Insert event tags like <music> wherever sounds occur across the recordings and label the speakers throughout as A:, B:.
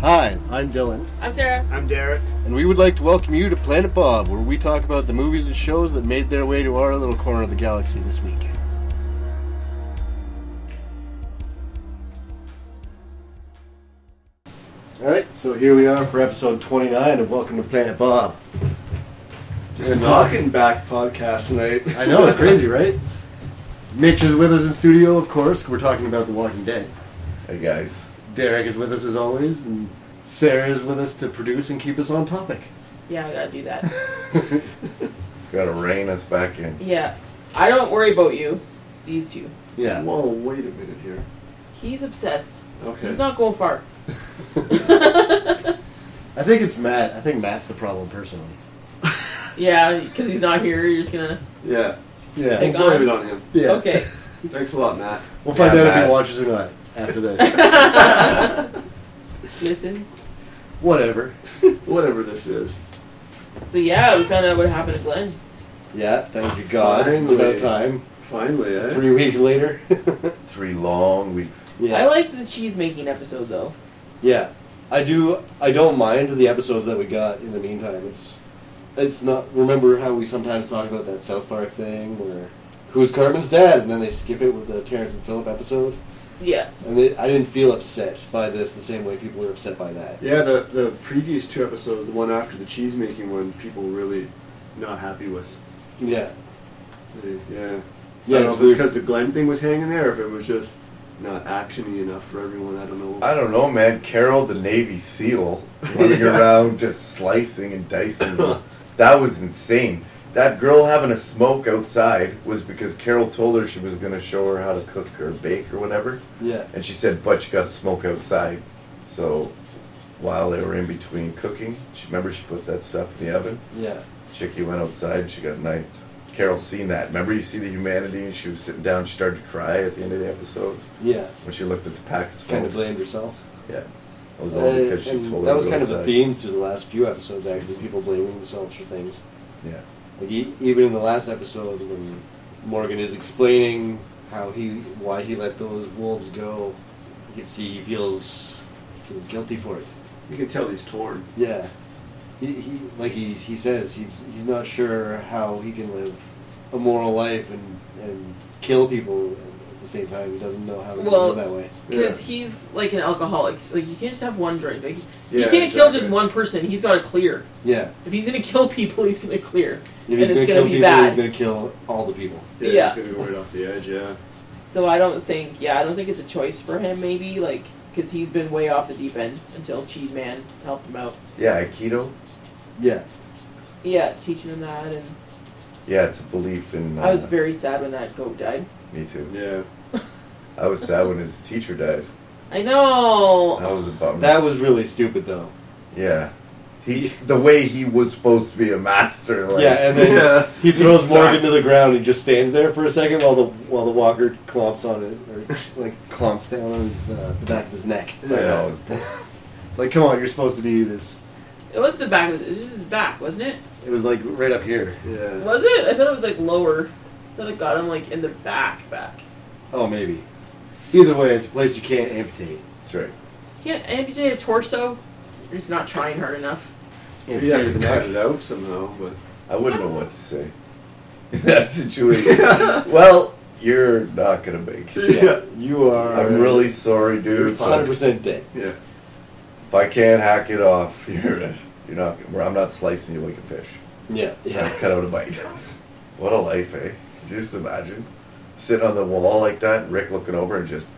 A: Hi, I'm Dylan,
B: I'm Sarah.
C: I'm Derek.
A: and we would like to welcome you to Planet Bob, where we talk about the movies and shows that made their way to our little corner of the galaxy this week. Alright, so here we are for episode 29 of Welcome to Planet Bob.
C: Just
A: Good
C: a talking back podcast tonight.
A: I know, it's crazy, <laughs> right? Mitch is with us in studio, of course. We're talking about The Walking Dead.
D: Hey guys.
A: Derek is with us as always, and Sarah is with us to produce and keep us on topic. <laughs>
B: Yeah, I gotta do that.
C: <laughs>
D: It's gotta rein us back in.
B: yeah. I don't worry about you. It's these two.
A: Yeah.
C: <laughs> Whoa, wait a minute here.
B: He's obsessed.
C: Okay.
B: He's not going
C: <laughs>
B: far.
A: I
B: <laughs>
A: think it's Matt. I think Matt's the problem personally.
B: yeah, because he's not here. You're just
C: <laughs>
B: gonna.
C: yeah.
A: Yeah.
B: Thank-
C: We'll blame it on him.
A: Yeah.
B: Okay.
C: Thanks a lot, Matt.
A: We'll find
D: Yeah,
A: out if he
D: Matt.
A: watches or not after this.
B: <laughs> Listens.
A: Whatever.
C: Whatever this is.
B: So yeah, we found out what happened to Glenn.
A: Yeah, thank you God. It's
C: Finally.
A: about time.
C: Finally, eh?
A: Three weeks later. <laughs>
D: Three long weeks.
A: yeah.
B: I like the cheese making episode though.
A: yeah. I do I don't mind the episodes that we got in the meantime. It's it's not remember how we sometimes talk about that South Park thing where who's Carmen's dad and then they skip it with the Terrence and Phillip episode.
B: Yeah.
A: And they, I didn't feel upset by this the same way people were upset by that.
C: Yeah, the, the previous two episodes, the one after the cheese making one, people were really not happy with.
A: Yeah.
C: They- Yeah.
A: Yeah,
C: I
A: it's
C: don't know if it's
A: weird.
C: because the Glenn thing was hanging there, or if it was just not actiony enough for everyone. I don't know.
D: I don't know, man. Carol the Navy SEAL running
C: Yeah.
D: around just slicing and dicing. them. that was insane. That girl having a smoke outside was because Carol told her she was gonna show her how to cook or bake or whatever.
A: Yeah.
D: And she said, But you gotta smoke outside. So while they were in between cooking, she remember she put that stuff in the oven?
A: Yeah.
D: Chickie went outside and she got knifed. Carol's seen that. Remember, you see the humanity and she was sitting down. She started to cry at the end of the episode
A: Yeah.
D: when she looked at the pack of smokes.
A: Kind of blamed herself.
D: Yeah. That was all because
A: Uh,
D: she
A: and
D: told her
A: that
D: to
A: was
D: go
A: kind of a
D: outside.
A: theme through the last few episodes, actually. People blaming themselves for things.
D: Yeah.
A: Like e- even in the last episode, when Morgan is explaining how he, why he let those wolves go, you can see he feels feels guilty for it.
C: You can tell he's torn.
A: Yeah, he, he like he, he says he's he's not sure how he can live a moral life and and kill people at, at the same time. He doesn't know how to
B: Well-
A: live that way.
B: Because
C: Yeah.
B: he's like an alcoholic. Like you can't just have one drink. Like you
C: Yeah,
B: can't kill
C: exactly.
B: just one person. He's got to clear.
A: Yeah,
B: If he's gonna kill people, he's gonna clear.
A: if he's going
B: And
A: to
B: it's
A: kill
B: gonna be
A: people,
B: bad.
A: he's going to kill all the people.
C: Yeah.
B: Yeah.
C: He's going to go right off the edge, yeah.
B: So I don't think, yeah, I don't think it's a choice for him. Maybe like because he's been way off the deep end until Cheese Man helped him out.
D: Yeah, Aikido.
A: Yeah,
B: Yeah, teaching him that, and
D: Yeah, it's a belief in. Uh,
B: I was
C: Uh-huh.
B: very sad when that goat died.
D: Me too.
C: Yeah.
D: I was sad when his teacher died.
B: I know.
D: That was a bummer.
A: that was really stupid though.
D: yeah. He, the way he was supposed to be a master. Like,
A: yeah, and then
C: Yeah.
A: he throws
D: He
A: Morgan
D: sucked.
A: to the ground and just stands there for a second while the while the walker clomps on it <laughs> or like clomps down on his, uh, the back of his neck. <laughs>
D: I know, it was
A: It's like, come on, you're supposed to be this.
B: It was the back. Of, it was just his back, wasn't it?
A: It was like right up here.
C: Yeah.
B: Was it? I thought it was like lower. I thought it got him like in the back, back.
A: Oh, maybe. Either way, it's a place you can't amputate.
D: that's right.
B: You can't amputate a torso. You're just not trying hard enough.
C: You have to cut it out somehow,
D: <laughs>
C: but
D: I wouldn't know what to say <laughs> in that
A: <laughs>
D: situation. well, you're not gonna make it.
A: Yeah, <laughs> you are.
D: I'm really sorry,
A: You're
D: dude. but
A: 100% dead.
C: yeah.
D: If I can't hack it off, <laughs> you're you're not. well, I'm not slicing you like a fish.
A: Yeah,
D: I
A: yeah.
D: cut out a bite. <laughs> What a life, eh? Could you Just imagine sitting on the wall like that, Rick looking over and just,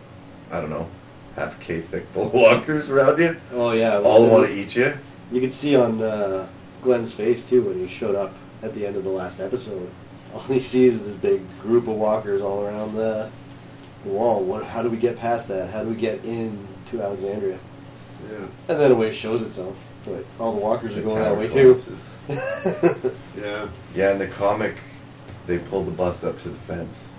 D: I don't know, half a K thick full of walkers around you,
A: Oh, yeah.
D: all want to eat you.
A: You could see on uh, Glenn's face too when he showed up at the end of the last episode. <laughs> All he sees is this big group of walkers all around the the wall. What, how do we get past that? How do we get in to Alexandria?
C: Yeah.
A: And then a way shows itself, but all the walkers are
D: The
A: going
D: tower
A: that way
D: collapses.
A: too. <laughs>
C: Yeah.
D: Yeah, in the comic, they pull the bus up to the fence.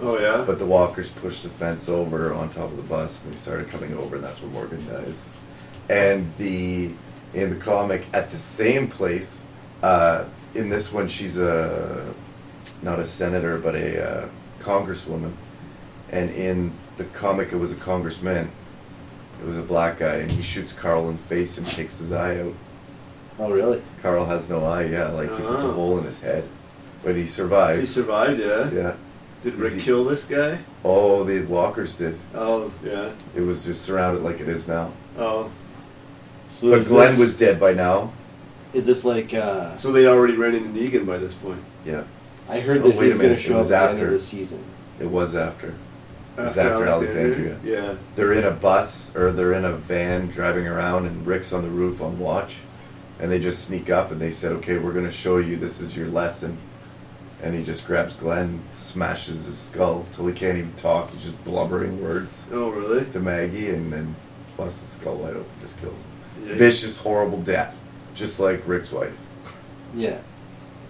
C: Oh yeah.
D: But the walkers pushed the fence over on top of the bus, and they started coming over, and that's where Morgan dies. And the in the comic, at the same place, uh, in this one, she's a not a senator, but a uh, congresswoman, and in the comic, it was a congressman. It was a black guy, and he shoots Carl in the face and takes his eye out.
A: Oh, really?
D: Carl has no eye. Yeah, like he puts a
C: Oh.
D: hole in his head, but he
C: He
D: survives.
C: survived, yeah.
D: Yeah.
C: Did
D: Is
C: Rick
D: he-
C: kill this guy?
D: Oh, the walkers did.
C: Oh, yeah.
D: It was just surrounded like it is now.
C: Oh,
A: So
D: but
A: is
D: Glenn
A: this-
D: was dead by now.
A: Is this like? Uh,
C: so they already ran into Negan by this point.
D: Yeah,
A: I heard
D: Oh,
A: that
D: wait
A: he's going to
D: a minute, it
A: show up
D: was
A: at the end of
D: after.
A: the season.
D: it was after. was after Alexandria.
C: Uh, Yeah.
D: They're in a bus or they're in a van driving around, and Rick's on the roof on watch, and they just sneak up and they said, "Okay, we're going to show you. This is your lesson." And he just grabs Glenn, smashes his skull till he can't even talk. He's just blubbering words
C: Oh, really?
D: to Maggie, and then busts his skull wide open, just kills him.
C: Yeah.
D: Vicious, horrible death, just like Rick's wife.
A: Yeah.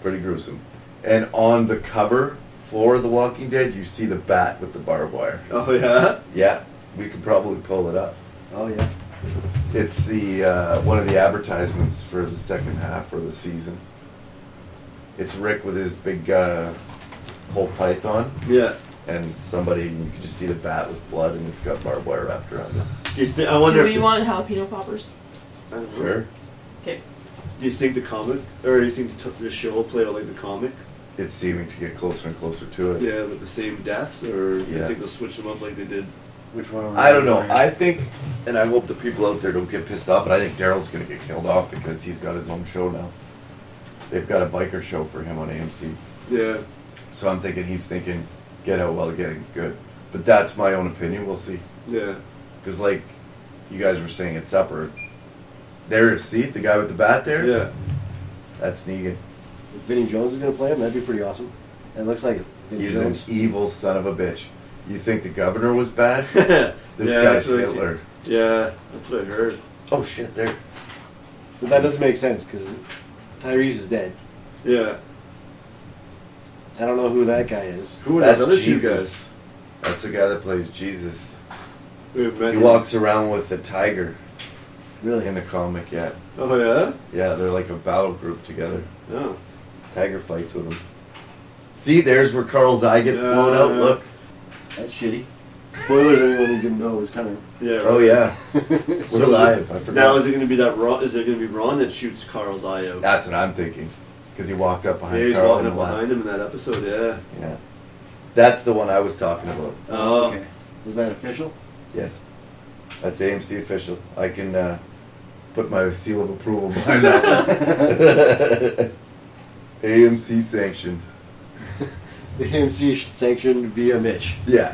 D: pretty gruesome. And on the cover for The Walking Dead, you see the bat with the barbed wire.
C: Oh, yeah?
D: Yeah, we could probably pull it up.
A: Oh yeah.
D: It's the uh, one of the advertisements for the second half or the season. It's Rick with his big uh, whole python,
C: Yeah.
D: and somebody you can just see the bat with blood, and it's got barbed wire wrapped around it.
C: Do you think, I wonder
B: Do
C: if.
B: we
C: the-
B: want jalapeno poppers?
C: I don't know.
D: Sure,
B: Okay.
C: Do you think the comic, or do you think the, t- the show will play out like the comic?
D: it's seeming to get closer and closer to it.
C: Yeah, with the same deaths, or do you
D: Yeah.
C: think they'll switch them up like they did?
A: Which one?
D: I don't know. I think, and I hope the people out there don't get pissed off, but I think Daryl's going to get killed off because he's got his own show now. They've got a biker show for him on AMC.
C: Yeah.
D: So I'm thinking he's thinking, get out while the getting's good. But that's my own opinion. We'll see.
C: Yeah.
D: Because, like you guys were saying at supper, there, see, the guy with the bat there?
C: Yeah. <laughs>
D: That's Negan.
A: If Vinny Jones is going to play him, that'd be pretty awesome. It looks like Vinny
D: He's an
A: Jones.
D: evil son of a bitch. You think the governor was
C: <laughs>
D: bad? This
C: Yeah,
D: guy's
C: that's what I-
D: Hitler.
C: Yeah, that's what I heard.
D: Oh, shit, there.
A: But that doesn't make sense because Tyrese is dead.
C: Yeah.
A: I don't know who that guy is.
C: Who are
D: that's
C: those other two guys?
D: Jesus. That's the guy that plays Jesus.
C: We haven't met
D: He
C: him.
D: walks around with a tiger
A: Really?
D: in the comic, yeah.
C: Oh, yeah?
D: Yeah, they're like a battle group together.
C: No.
D: Tiger fights with him. See, there's where Carl's eye gets
C: Uh,
D: blown out.
C: Yeah.
D: Look.
A: That's shitty. Spoilers, anyone who didn't know was
D: <laughs>
A: coming.
C: Yeah. right. <laughs>
D: Oh, yeah. We're
C: So
D: alive. I forgot.
C: Now is it going to be that Ron? Is it going to be Ron that shoots Carl's eye out?
D: That's what I'm thinking. Because he walked up behind
C: yeah, he's
D: Carl.
C: walking
D: and
C: up behind
D: last-
C: him in that episode. Yeah.
D: Yeah. That's the one I was talking about.
C: Oh.
A: Was that official?
D: Yes. That's AMC official. I can uh, put my seal of approval behind
C: <laughs>
D: that one. <laughs> AMC sanctioned.
A: The AMC sanctioned via Mitch.
C: <laughs>
D: Yeah.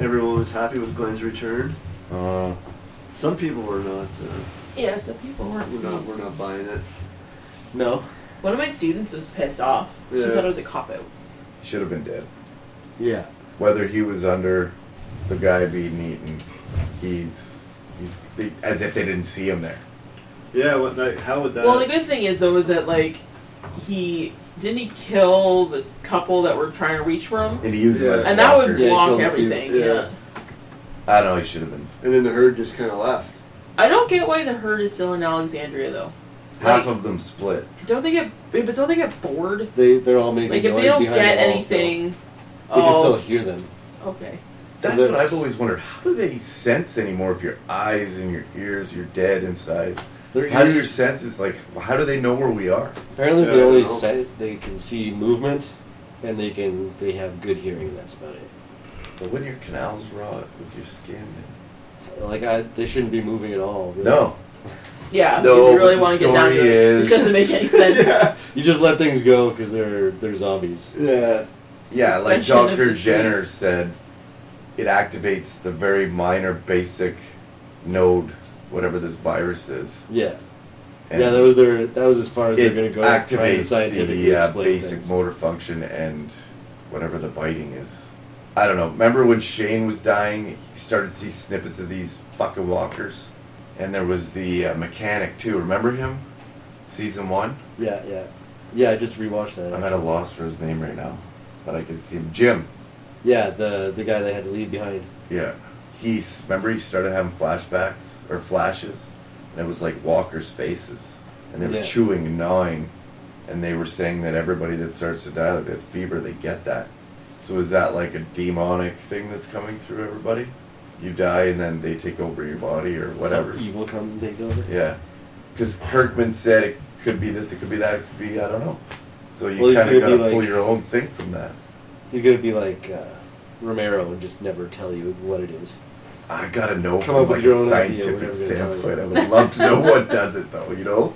C: Everyone was happy with Glenn's return.
D: uh,
C: Some people were not. Uh,
B: Yeah, some people weren't
C: we're not.
B: pleased.
C: We're not buying it.
A: No,
B: One of my students was pissed off. She
C: Yeah.
B: thought it was a cop out.
D: should have been dead.
A: yeah,
D: Whether he was under the guy being eaten, he's he's they, as if they didn't see him there.
C: Yeah. What? Like, how would that?
A: Uh,
B: Well, the good thing is though is that like he didn't he kill the couple that were trying to reach for him,
D: And he used him as a
B: and that would
D: walker.
A: Yeah, he
B: block
A: killed a few.
B: everything.
C: Yeah.
B: yeah.
D: I don't know. He should have been.
C: and then the herd just kind of left.
B: I don't get why the herd is still in Alexandria though.
D: Half
B: Like-
D: of them split.
B: Don't they get? But don't they get bored?
A: they they're all making
B: Like if
A: noise
B: they don't
A: behind
B: get
A: the wall
B: anything,
A: still. they can still
B: oh,
A: hear them.
B: okay.
D: That's
A: That's-
D: what I've always wondered. How do they sense anymore if your eyes and your ears, you're dead inside?
A: Their
D: How do your
A: ears-
D: senses, like, how do they know where we are?
A: Apparently,
C: Yeah, I
A: they
C: don't
A: only
C: know.
A: say they can see movement, and they can they have good hearing. That's about it.
D: But when your canals rot with your skin.
A: Like I, they shouldn't be moving at all. really.
D: No.
B: Yeah,
D: No,
B: if you really
D: but
B: want
D: the
B: to get down to
D: story
B: it, it
D: is-
B: doesn't make any sense.
A: <laughs> you just let things go because they're they're zombies.
C: Yeah. <laughs>
D: Yeah, like
B: Suspension of
D: Dr.
B: disbelief.
D: Jenner said, it activates the very minor, basic node, whatever this virus is.
A: Yeah, yeah. That was their that was as far as they're
D: it
A: going to go. with trying to
D: activates
A: scientifically
D: the uh,
A: explain
D: basic
A: things.
D: motor function and whatever the biting is. I don't know. Remember when Shane was dying? He started to see snippets of these fucking walkers, and there was the uh, mechanic too. Remember him? Season one.
A: Yeah, yeah, yeah. I just rewatched
D: I'm
A: that.
D: at a loss for his name right now, but I can see him. Jim.
A: Yeah, the the guy they had to leave behind.
D: Yeah. He's remember he started having flashbacks or flashes, and it was like walkers' faces, and they were
A: Yeah.
D: chewing and gnawing, and they were saying that everybody that starts to die like with fever, they get that. So is that like a demonic thing that's coming through everybody? you die and then they take over your body or whatever.
A: Some evil comes and takes over.
D: Yeah, because Kirkman said it could be this, it could be that, it could be I don't know. So you
A: Well, he's
D: kind of got
A: gonna be
D: to pull
A: like-
D: your own thing from that.
A: He's gonna be like uh, Romero and just never tell you what it is.
D: I gotta know
A: Come
D: from
A: up with
D: like
A: your
D: a
A: own idea,
D: scientific
A: whatever they're telling
D: standpoint. I
A: you.
D: would love to
A: <laughs>
D: know what does it though. You know,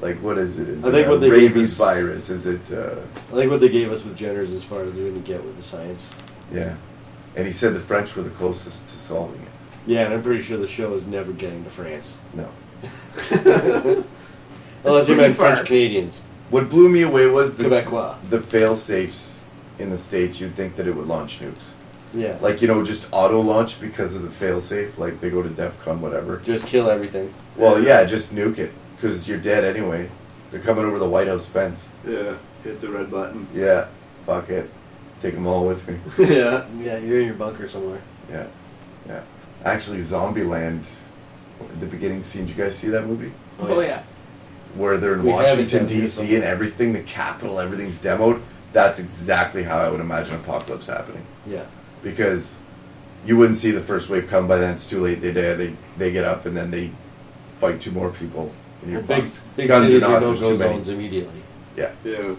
D: like what is it? Is
A: I
D: it
A: think
D: a
A: what they gave
D: rabies
A: us-
D: virus? Is it? Uh,
A: I think what they gave us with Jenner is as far as they're gonna get with the science.
D: yeah, and he said the French were the closest to solving it.
A: Yeah, and I'm pretty sure the show is never getting to
D: <laughs>
A: France.
D: No.
A: Unless you
B: pretty
A: meant
B: far.
A: French Canadians.
D: What blew me away was the
A: Quebecois.
D: the fail safes in the states. You'd think that it would launch nukes,
A: Yeah. Like
D: like you know, just auto launch because of the fail safe. Like they go to DEF CON, whatever.
A: just kill everything.
D: Well, yeah, just nuke it because you're dead anyway. They're coming over the White House fence.
C: Yeah, hit the red button. <laughs>
D: Yeah, fuck it, take them all with me.
C: yeah.
A: Yeah, you're in your bunker somewhere.
D: Yeah, yeah. Actually, Zombieland, at the beginning scene. Did you guys see that movie?
B: Oh yeah.
D: Where they're in
A: We have it
D: Washington
A: down here
D: D.C.
A: somewhere.
D: and everything, the capital, everything's demoed. That's exactly how I would imagine apocalypse happening.
A: Yeah.
D: because you wouldn't see the first wave come by then it's too late they die, they they get up and then they fight two more people and you're
A: Well, big
D: fucked.
A: big
D: Guns
A: cities
D: are
A: are
D: not,
A: no
D: there's
A: go
D: too many.
A: zones immediately.
D: yeah
C: Yeah.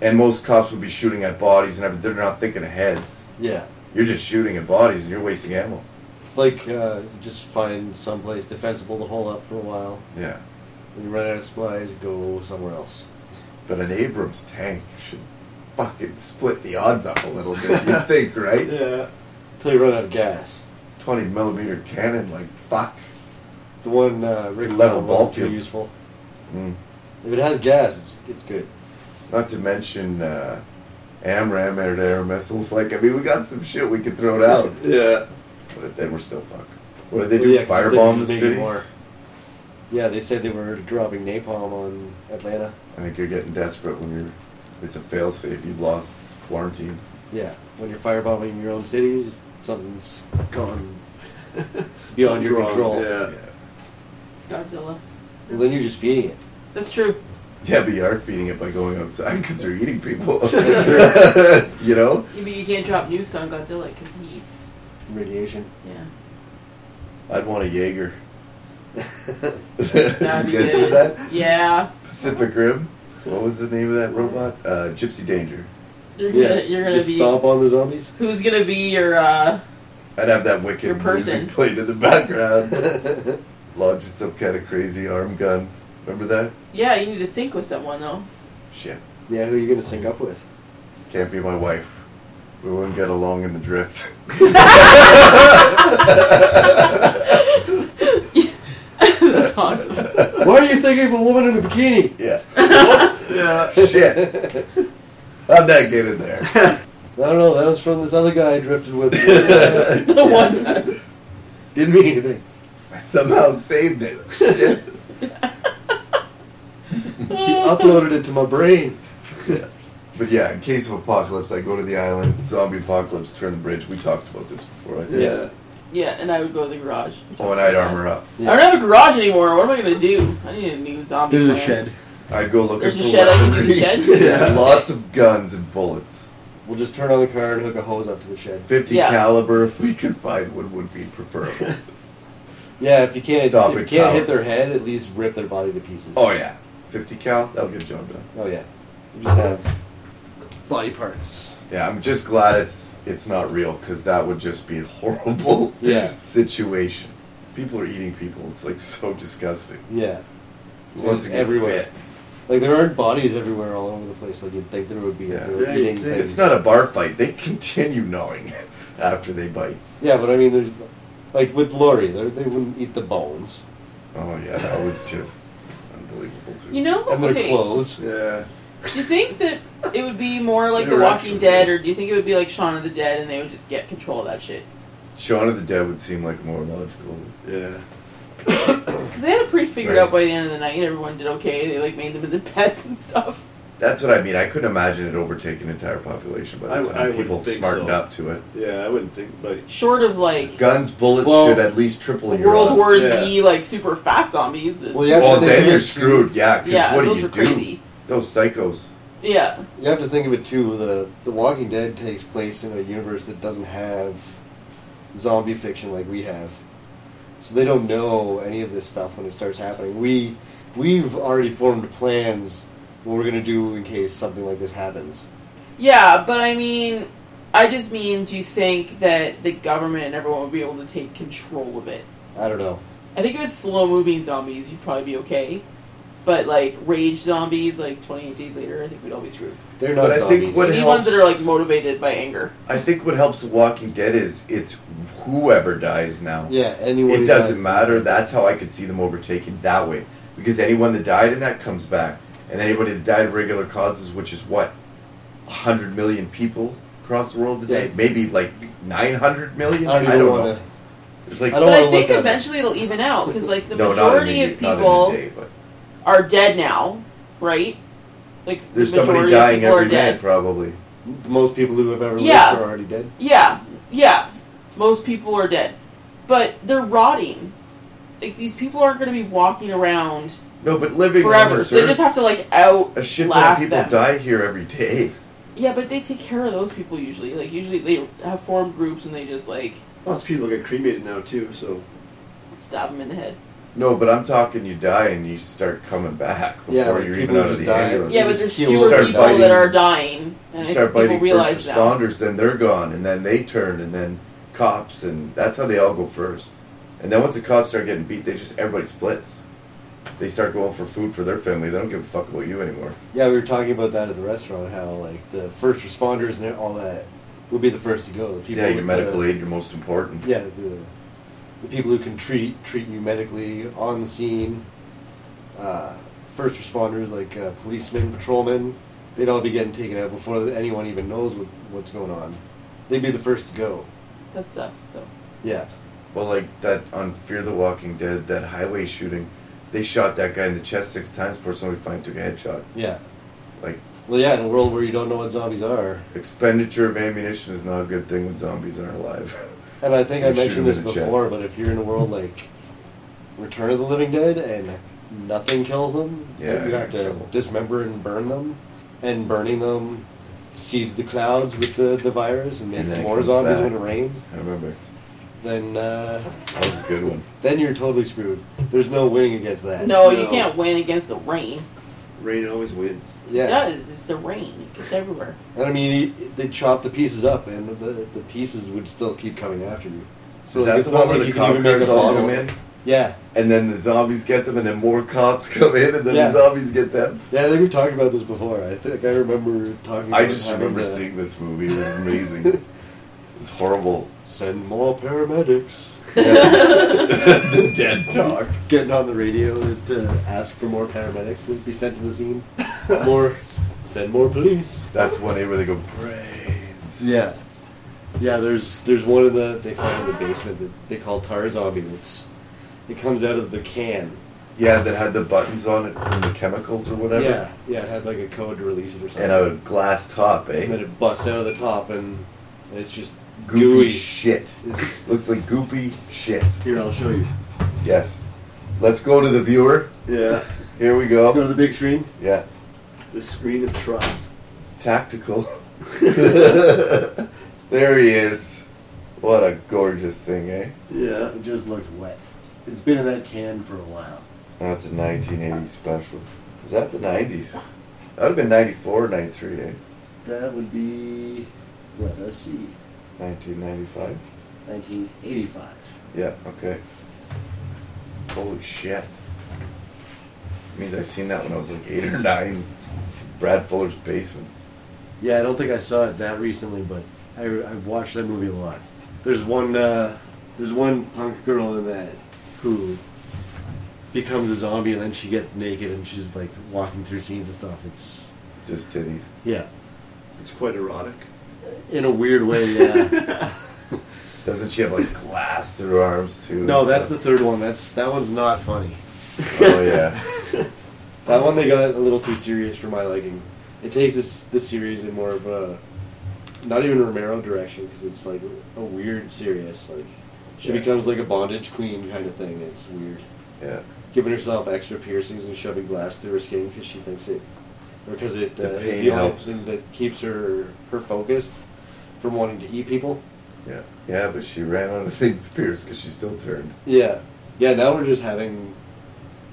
D: and most cops would be shooting at bodies and everything they're not thinking aheads
A: Yeah.
D: you're just shooting at bodies and you're wasting ammo
A: It's like uh, you just find someplace defensible to hold up for a while.
D: yeah
A: When you run out of supplies, go somewhere else.
D: but an Abrams tank should fucking split the odds up a little
A: <laughs>
D: bit you'd think right
C: Yeah.
A: Until you run out of gas.
D: 20 millimeter cannon like fuck
A: The one uh, Rick
D: Level
A: level
D: ball
A: wasn't too
D: fields.
A: useful.
D: mm.
A: If it has gas, it's, it's good.
D: Not to mention uh, AMRAM air to air missiles. Like, I mean, we got some shit we could throw it out,
C: Yeah.
D: but then we're still fucked. What did they
A: Well,
D: do?
A: yeah, 'cause they're
D: Firebomb the
A: just making
D: cities?
A: more. Yeah, they said they were dropping napalm on Atlanta.
D: I think you're getting desperate when you're. It's a failsafe. You've lost quarantine.
A: Yeah, when you're firebombing your own cities, something's gone beyond your
C: Something's wrong,
A: control.
C: Yeah.
B: It's Godzilla.
A: Well, then you're just feeding it.
B: That's true.
D: Yeah, but you are feeding it by going outside because they're eating people.
A: That's
D: <laughs> you know?
B: You mean you can't drop nukes on Godzilla because he eats.
A: Radiation. <laughs>
B: Yeah.
D: I'd want a Jaeger. you guys
B: That'd be
D: see
B: good.
D: that?
B: Yeah.
D: Pacific Rim? What was the name of that robot? Uh, Gypsy Danger.
B: You're
A: <laughs>
B: gonna
A: yeah,
B: you're gonna
A: just
B: be
A: stomp on the
B: <laughs>
A: zombies. <laughs>
B: who's gonna be your uh
D: I'd have that wicked
B: Your person.
D: music played in the background. <laughs>
A: yeah,
D: Launching some kind of crazy arm gun. Remember that?
B: yeah, you need to sync with someone though.
D: Shit.
A: who are you gonna sync up with?
D: Can't be my wife. We wouldn't get along in the drift.
B: That's
D: <laughs>
B: awesome. <laughs>
A: Why are you thinking of a woman in a bikini?
D: yeah. Whoops.
C: Yeah.
D: Shit. How'd that get in there?
A: <laughs>
D: <laughs>
A: I don't know. That was from this other guy I drifted with. <laughs> Didn't
B: The one time.
A: mean anything.
D: I somehow saved it. Shit.
A: He uploaded it to my brain.
D: But yeah, in case of apocalypse, I go to the island. Zombie apocalypse, turn the bridge. We talked about this before, I think.
C: Yeah.
B: Yeah, and I would go to the garage.
D: Oh, and I'd armor up.
A: Yeah.
B: I don't have a garage anymore. What am I gonna do? I need a new zombie.
A: There's a
B: plan.
A: shed.
D: I'd go looking
B: There's
D: for
B: a shed. I can do the
D: weaponry.
B: shed.
D: <laughs>
A: <laughs>
D: Yeah, Lots of guns and bullets.
A: We'll just turn on the car and hook a hose up to the shed.
D: 50
B: Yeah.
D: caliber, if we could find one, would be preferable.
A: <laughs> Yeah, if you can't,
D: Stop
A: if you
D: it,
A: can't
D: Kyle.
A: hit their head, at least rip their body to pieces.
D: oh, yeah. 50 cal? That'll get the job done.
A: Oh yeah. We just have body parts.
D: Yeah, I'm just glad it's it's not real because that would just be a horrible <laughs>
A: Yeah.
D: situation. People are eating people. It's like so disgusting.
A: Yeah.
D: Who
A: And
D: wants
A: it's
D: to get
A: everywhere.
D: bit?
A: Like there aren't bodies everywhere all over the place like you'd think there would be if they were
C: Yeah. Yeah,
A: eating
C: you'd think.
A: things.
D: It's not a bar fight. They continue gnawing <laughs> after they bite.
A: Yeah, but I mean there's like with Lori, they're- they wouldn't eat the bones.
D: Oh yeah, that was just unbelievable too.
B: You know,
A: And their
B: Oh, okay.
A: clothes.
C: Yeah.
B: Do you think that it would be more like The
C: Interaction
B: Walking
C: with
B: Dead,
C: it.
B: or do you think it would be like Shaun of the Dead, and they would just get control of that shit?
D: Shaun of the Dead would seem like more logical.
C: Yeah.
B: Because they had it pretty figured
D: Right.
B: out by the end of the night, and everyone did okay. They like made them into pets and stuff.
D: That's what I mean. I couldn't imagine it overtake an entire population by
C: I
D: the
C: w-
D: time
C: I would
D: people
C: think
D: smartened
C: so.
D: up to it.
C: Yeah. I wouldn't think, but
B: Short of like
D: Guns, bullets
A: Well,
D: should at least triple your
B: World
D: odds.
B: War
C: yeah.
B: Z, like super fast zombies. and-
A: Well, you have
D: Well,
A: to think
D: then
A: of
D: you're
A: it too-
D: screwed. Yeah, 'cause
B: yeah,
D: what do
B: those
D: you
B: are
D: do?
B: crazy.
D: Those psychos.
B: Yeah,
A: You have to think of it too. The The Walking Dead takes place in a universe that doesn't have zombie fiction like we have. So they don't know any of this stuff when it starts happening. We we've already formed plans what we're gonna do in case something like this happens.
B: Yeah, but I mean, I just mean, do you think that the government and everyone would be able to take control of it?
A: I don't know.
B: I think if it's slow moving zombies, you'd probably be okay. But like rage zombies, like 28 days later, I think we'd all be screwed.
A: They're not
D: But I think
A: zombies.
D: what
B: you need
D: helps-
B: ones that are like motivated by anger.
D: I think what helps The Walking Dead is it's whoever dies now.
A: yeah, anyone.
D: It
A: who
D: doesn't
A: dies-
D: matter. That's how I could see them overtaken that way. Because anyone that died in that comes back. And anybody that died of regular causes, which is what? 100 million people across the world today?
A: Yes.
D: Maybe like 900 million?
A: I don't, even wanna,
D: know. It's like,
A: I don't
B: But I
A: wanna
B: think
A: look at it.
B: eventually it'll even out because like the
D: <laughs> no, not in
B: majority
D: a,
B: of
D: not in a
B: people
D: day, but
B: are dead now, right? Like the
D: there's somebody
B: majority of
D: dying
B: people
D: every
B: are dead.
D: minute, probably.
A: The most people who have ever
B: Yeah.
A: lived are already dead.
B: Yeah, yeah. Most people are dead, but they're rotting. Like these people aren't going to be walking around
D: No, but living on
B: forever.
D: this
B: So they
D: earth,
B: just have to like out
D: a shit ton of
B: last
D: people
B: them.
D: die here every day.
B: Yeah, but they take care of those people usually. Like usually they have formed groups and they just like
C: Lots of people get cremated now too, so
B: stab them in the head.
D: No, but I'm talking you die and you start coming back before
A: Yeah, like
D: you're
A: people
D: even out
A: just
D: of the
A: die.
D: ambulance.
B: Yeah, but
A: just
B: there's
A: kill-
B: fewer
D: start
B: people
D: biting-
B: that are dying,
D: You
B: and I
D: start
B: think people
D: biting
B: realize
D: first
B: that.
D: responders, then they're gone, and then they turn, and then cops, and that's how they all go first. And then once the cops start getting beat, they just everybody splits. They start going for food for their family. They don't give a fuck about you anymore.
A: Yeah, we were talking about that at the restaurant. How like the first responders and all that would be the first to go. The people
D: yeah,
A: with
D: your medical
A: the,
D: aid, you're most important.
A: Yeah, the the people who can treat treat you medically on the scene. Uh, first responders like uh, policemen, patrolmen, they'd all be getting taken out before anyone even knows what, what's going on. They'd be the first to go.
B: That sucks though.
A: Yeah,
D: Well, like that on Fear the Walking Dead, that highway shooting, they shot that guy in the chest six times before somebody finally took a headshot.
A: yeah.
D: Like
A: Well, yeah, in a world where you don't know what zombies are,
D: expenditure of ammunition is not a good thing when zombies aren't alive. <laughs>
A: and I think
D: You
A: I
D: shoot him
A: mentioned this
D: in the chest.
A: before, but if you're in a world like Return of the Living Dead and nothing kills them,
D: Yeah,
A: you have
D: you're in
A: to
D: trouble.
A: dismember and burn them, and burning them seeds the clouds with the, the virus and
D: And
A: makes
D: then it
A: more
D: comes
A: zombies
D: back.
A: when it rains.
D: I remember
A: Then uh,
D: that was a good one.
A: then you're totally screwed. There's no winning against that.
B: No, you
C: No.
B: can't win against the rain.
C: rain always wins.
B: It
A: Yeah,
B: does. It's the rain. It's everywhere.
A: and I mean they chop the pieces up, and the the pieces would still keep coming after you.
D: is
A: like,
D: that
A: it's
D: the
A: not like
D: one where the
A: you can
D: cop
A: even make
D: cars
A: a
D: all
A: photo.
D: come in?
A: Yeah,
D: and then the zombies get them, and then more cops <laughs> come in, and then
A: Yeah.
D: the zombies get them.
A: yeah. I think we talked about this before. I think I remember talking.
D: I
A: about
D: just
A: having
D: remember
A: to
D: seeing this movie. It was amazing. it was horrible.
A: <laughs>
D: <laughs>
A: Send more paramedics.
D: the dead talk.
A: Getting on the radio to ask for more paramedics to be sent to the
D: <laughs>
A: scene. More, send more police.
D: That's one area where they go brains.
A: Yeah, yeah. There's there's one in the they find in the basement that they call tar zombie. That's it comes out of the can.
D: Yeah, that had the buttons on it from the chemicals or whatever.
A: Yeah, yeah. It had like a code to release it or something.
D: And a glass top,
A: And then
D: eh?
A: it busts out of the top and, and it's just
D: Goopy
A: gooey.
D: shit.
A: It's-
D: Looks like goopy shit.
A: Here, I'll show you.
D: Yes. Let's go to the viewer.
C: Yeah,
D: Here we
A: Go to
D: go.
A: the big screen.
D: Yeah.
C: <laughs> the screen of trust.
A: <laughs>
D: Tactical. <laughs> there he is. What a gorgeous thing, eh?
C: Yeah,
A: It just looks wet. It's been in that can for a while.
D: That's a 1980 special. Was that the 90s? That would have been 94, 93, eh?
A: That would be, let us see,
D: 1995?
A: 1985.
D: Yeah, okay. Holy shit. means I seen that when I was like 8 or 9. Brad Fuller's Basement.
A: Yeah, I don't think I saw it that recently, but I, I watched that movie a lot. There's one, uh, there's one punk girl in that who becomes a zombie and then she gets naked and she's like walking through scenes and stuff. It's
D: Just titties.
A: yeah,
C: it's quite erotic.
A: in a weird way. Yeah.
D: Doesn't she have like glass through her arms too? and
A: no, that's the
D: stuff?
A: third one. That's that one's not funny.
D: Oh yeah.
A: That one they got a little too serious for my liking. It takes this this series in more of a not even Romero direction because it's like a weird serious like she
D: Yeah.
A: becomes like a bondage queen kind of thing. It's weird,
D: Yeah.
A: giving herself extra piercings and shoving glass through her skin because she thinks it or because it uh,
D: The
A: is
D: pain
A: the only
D: helps.
A: thing that keeps her her focused from wanting to eat people.
D: Yeah, yeah, but she ran out of things to pierce because she still turned.
A: Yeah. Yeah, now we're just having.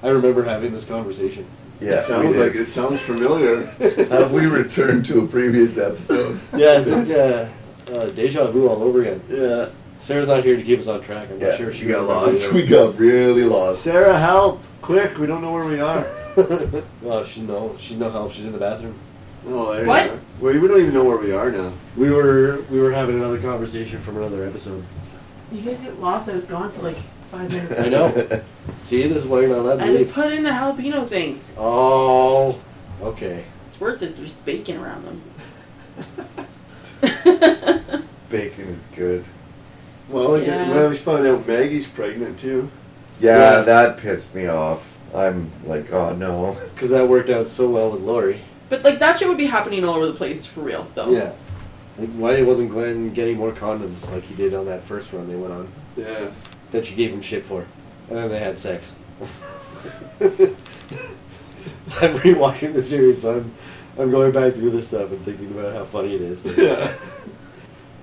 A: I remember having this conversation.
D: Yeah,
C: it sounds
D: we did.
C: like it sounds <laughs> familiar.
D: <laughs> Have we returned to a previous episode?
A: Yeah, I <laughs> think uh, uh, deja vu all over again.
C: yeah.
A: Sarah's not here to keep us on track. I'm
D: Yeah,
A: sure she
D: we got
A: remembers
D: lost.
A: it.
D: <laughs> We got really lost.
C: Sarah, help! Quick, we don't know where we <laughs> are.
A: well, she's no, she's no help. She's in the bathroom.
C: Oh, there
B: What?
C: You are. We, we don't even know where we are now.
A: We were we were having another conversation from another episode.
B: You guys get lost. I was gone for like five
D: <laughs>
B: minutes.
A: I know. See, this is why you're not allowed
B: I
A: to
B: didn't
A: leave.
B: put in the jalapeno things.
A: Oh, okay.
B: It's worth it. There's bacon around them.
D: Bacon is good.
C: Well, we
B: Yeah.
C: when we found out Maggie's pregnant too.
D: Yeah,
A: Yeah.
D: that pissed me off. I'm like, oh no. <laughs>
A: Because that worked out so well with Lori.
B: <laughs> but like that shit would be happening all over the place for real, though.
A: Yeah. Like, why wasn't Glenn getting more condoms like he did on that first run they went on?
C: Yeah.
A: That she gave him shit for. And then they had sex. <laughs> I'm rewatching the series, so I'm, I'm going back through this stuff and thinking about how funny it is.
C: Yeah.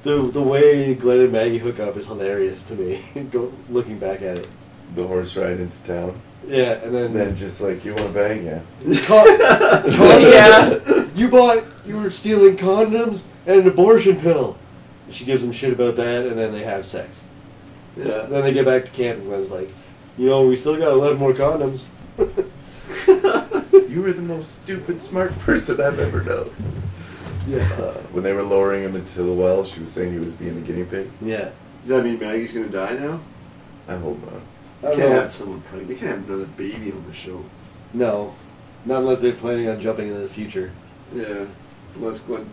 A: The, the way Glenn and Maggie hook up is hilarious to me. <laughs> Go looking back at it,
D: The horse ride into town.
A: yeah, and then,
D: And <laughs> then just like, you want to bang, yeah.
A: Con-
B: Oh, Yeah. <laughs>
A: you bought you were stealing condoms and an abortion pill. And she gives him shit about that, and then they have sex.
C: <laughs> Yeah.
A: Then they get back to camp, and Glenn's like, you know, we still got eleven more condoms.
D: <laughs> You were the most stupid, smart person I've ever known.
A: Yeah,
D: Uh, when they were lowering him into the well, she was saying he was being the guinea pig.
A: yeah.
C: Does that mean Maggie's gonna die now?
D: I hope <laughs> not.
A: I
C: You
A: don't
C: can't
A: know.
C: have someone pregnant. You can't have another baby on the show.
A: No, not unless they're planning on jumping into the future.
C: Yeah. Unless Glenn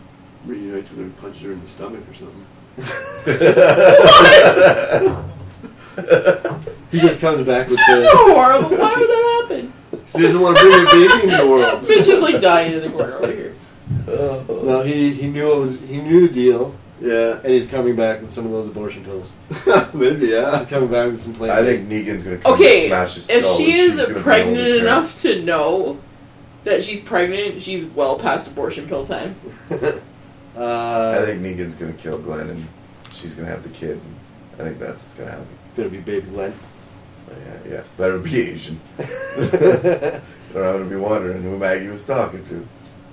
C: reunites with her and punches her in the stomach or something. <laughs>
A: He just comes back with
B: That's so <laughs>
A: the
B: horrible. Why would that happen?
C: She doesn't want to bring her baby into the
B: <laughs>
C: world.
B: Bitch is like dying in the corner over here.
A: no. He he knew it was he knew the deal,
C: Yeah. <laughs>
A: and he's coming back with some of those abortion pills.
C: Maybe, yeah.
A: He's coming back with some plans.
D: <laughs> I think Negan's gonna come and
B: Okay,
D: smash his
B: if
D: skull
B: she
D: and she's gonna be
B: is
D: the
B: pregnant
D: only parent.
B: enough to know that she's pregnant, she's well past abortion pill time.
A: <laughs> Uh,
D: I think Negan's gonna kill Glenn and she's gonna have the kid. I think that's what's gonna happen.
A: it's gonna be Baby
D: <laughs>
A: Glenn. <laughs>
D: But yeah, yeah. Better be Asian. <laughs>
A: Tyrese.
D: Or I'm gonna be wondering who Maggie was talking to.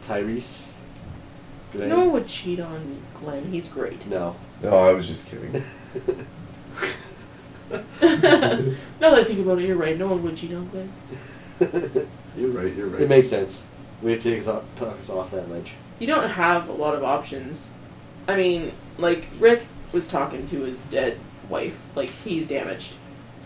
A: Did I-
B: No one would cheat on Glenn. He's great. <laughs>
A: No. <laughs>
D: No, I was just kidding.
B: Now that I think about it, you're right. No one would cheat on Glenn.
A: it
C: You're right, you're right.
A: makes sense. We have to take us off, talk us off that ledge.
B: You don't have a lot of options. I mean, like Rick was talking to his dead wife. Like he's damaged.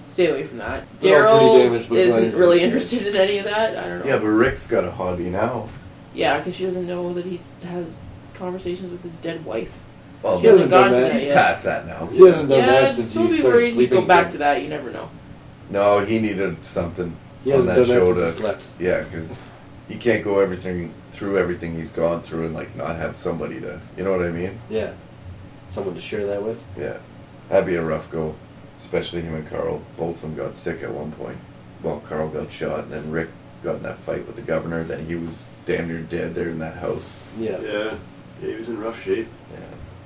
B: Stay away from that.
A: They're all Oh, pretty damaged,
B: Daryl
A: but Glenn
B: isn't
A: is
B: really
A: damaged.
B: interested in any of that. I don't know.
D: <laughs> yeah, but Rick's got a hobby now.
B: Yeah, because she doesn't know that he has conversations with his dead wife.
D: Well,
B: she
A: hasn't
B: hasn't
A: done
B: gone to
A: that.
B: that
D: he's
B: yet.
D: past that now.
A: He hasn't done
B: Yeah,
A: that since
B: so
A: he
B: be
A: started
B: worried. You
A: sleeping.
B: go back
A: again.
B: to that. You never know. <laughs>
D: No, he needed something.
A: He hasn't
D: on
A: done
D: that
A: that
D: show
A: since he
D: to-
A: slept.
D: Yeah, because you can't go everything through everything he's gone through and like not have somebody to. You know what I mean?
A: Yeah. Someone to share that with.
D: Yeah, that'd be a rough go. Especially him and Carl. Both of them got sick at one point. Well, Carl got shot, and then Rick got in that fight with the governor. Then he was damn near dead there in that house.
A: Yeah.
C: Yeah. Yeah, he was in rough shape. <laughs>
D: Yeah.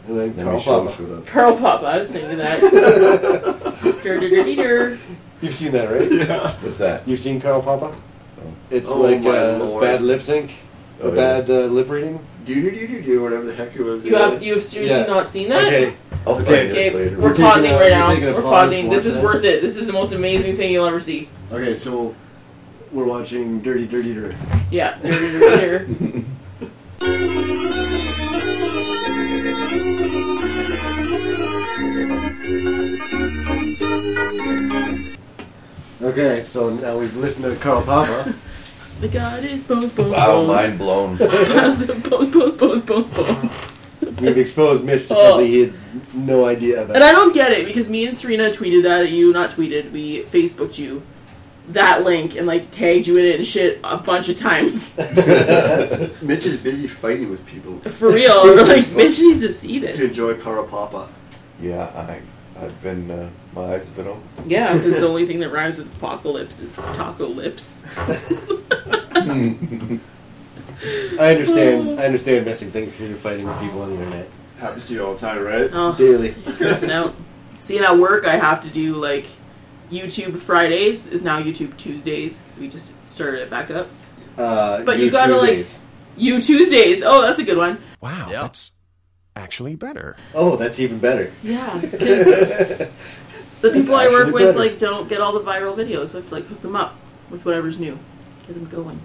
A: And then
D: Then
A: Carl
D: Michelle
A: Papa.
D: showed up.
B: Carl Papa, I was
A: <laughs>
B: thinking that. Dur-dur-dur-dur.
A: You've seen that, right?
C: Yeah.
D: What's that?
A: You've seen Carl Papa?
D: No.
A: It's
C: Oh
A: like
C: my
A: uh,
C: lord.
A: bad lip sync,
D: Oh,
A: a
D: yeah.
A: bad uh, lip reading.
C: Do do do do do whatever the heck it was.
B: you have you have seriously
A: Yeah.
B: not seen that?
A: Okay.
D: I'll find
A: Okay,
D: it
B: Okay,
D: later.
B: we're
A: We're taking
B: pausing
A: a-
B: right
A: we're
B: now.
A: taking a
B: We're
A: pause
B: pausing.
A: for
B: This is
A: that.
B: worth it. This is the most amazing thing you'll ever see.
A: Okay, so we're watching Dirty Dirty Dirty.
B: Yeah. Dur-dur-dur-dur.
A: Okay, so now we've listened to Carl
B: <laughs>
A: Papa.
B: the god is bones, bones,
D: Wow,
B: bones.
A: <laughs>
D: mind
B: <laughs>
D: blown.
B: Bones, bones, bones, bones, bones, bones.
A: we've exposed Mitch to
B: Oh.
A: something he had no idea about.
B: And I don't get it because me and Serena tweeted that at you, not tweeted. We Facebooked you that link and like tagged you in it and shit a bunch of
A: <laughs>
B: times. <laughs>
C: Mitch is busy fighting with people
B: For real, we're like, bitch needs to see
C: to
B: this.
C: enjoy Carl Papa.
D: yeah, I, I've been. Uh, my eyes have been open.
B: Yeah, because the only thing that rhymes with apocalypse is taco lips.
A: I understand. I understand messing things because you're fighting with people on the internet.
C: Happens to you all the time, right?
B: Oh,
A: Daily.
B: just missing out. See, and at work, I have to do like YouTube Fridays is now YouTube Tuesdays because we just started it back up.
A: Uh,
B: But
A: your
B: you gotta, like-
A: Tuesdays.
B: You Tuesdays. Oh, that's a good one.
E: Wow,
F: Yeah.
E: that's actually better.
A: Oh, that's even better. <laughs>
B: Yeah, because the
A: It's
B: people I work
A: actually
B: with
A: better.
B: like don't get all the viral videos. So I have to like hook them up with whatever's new, get them going.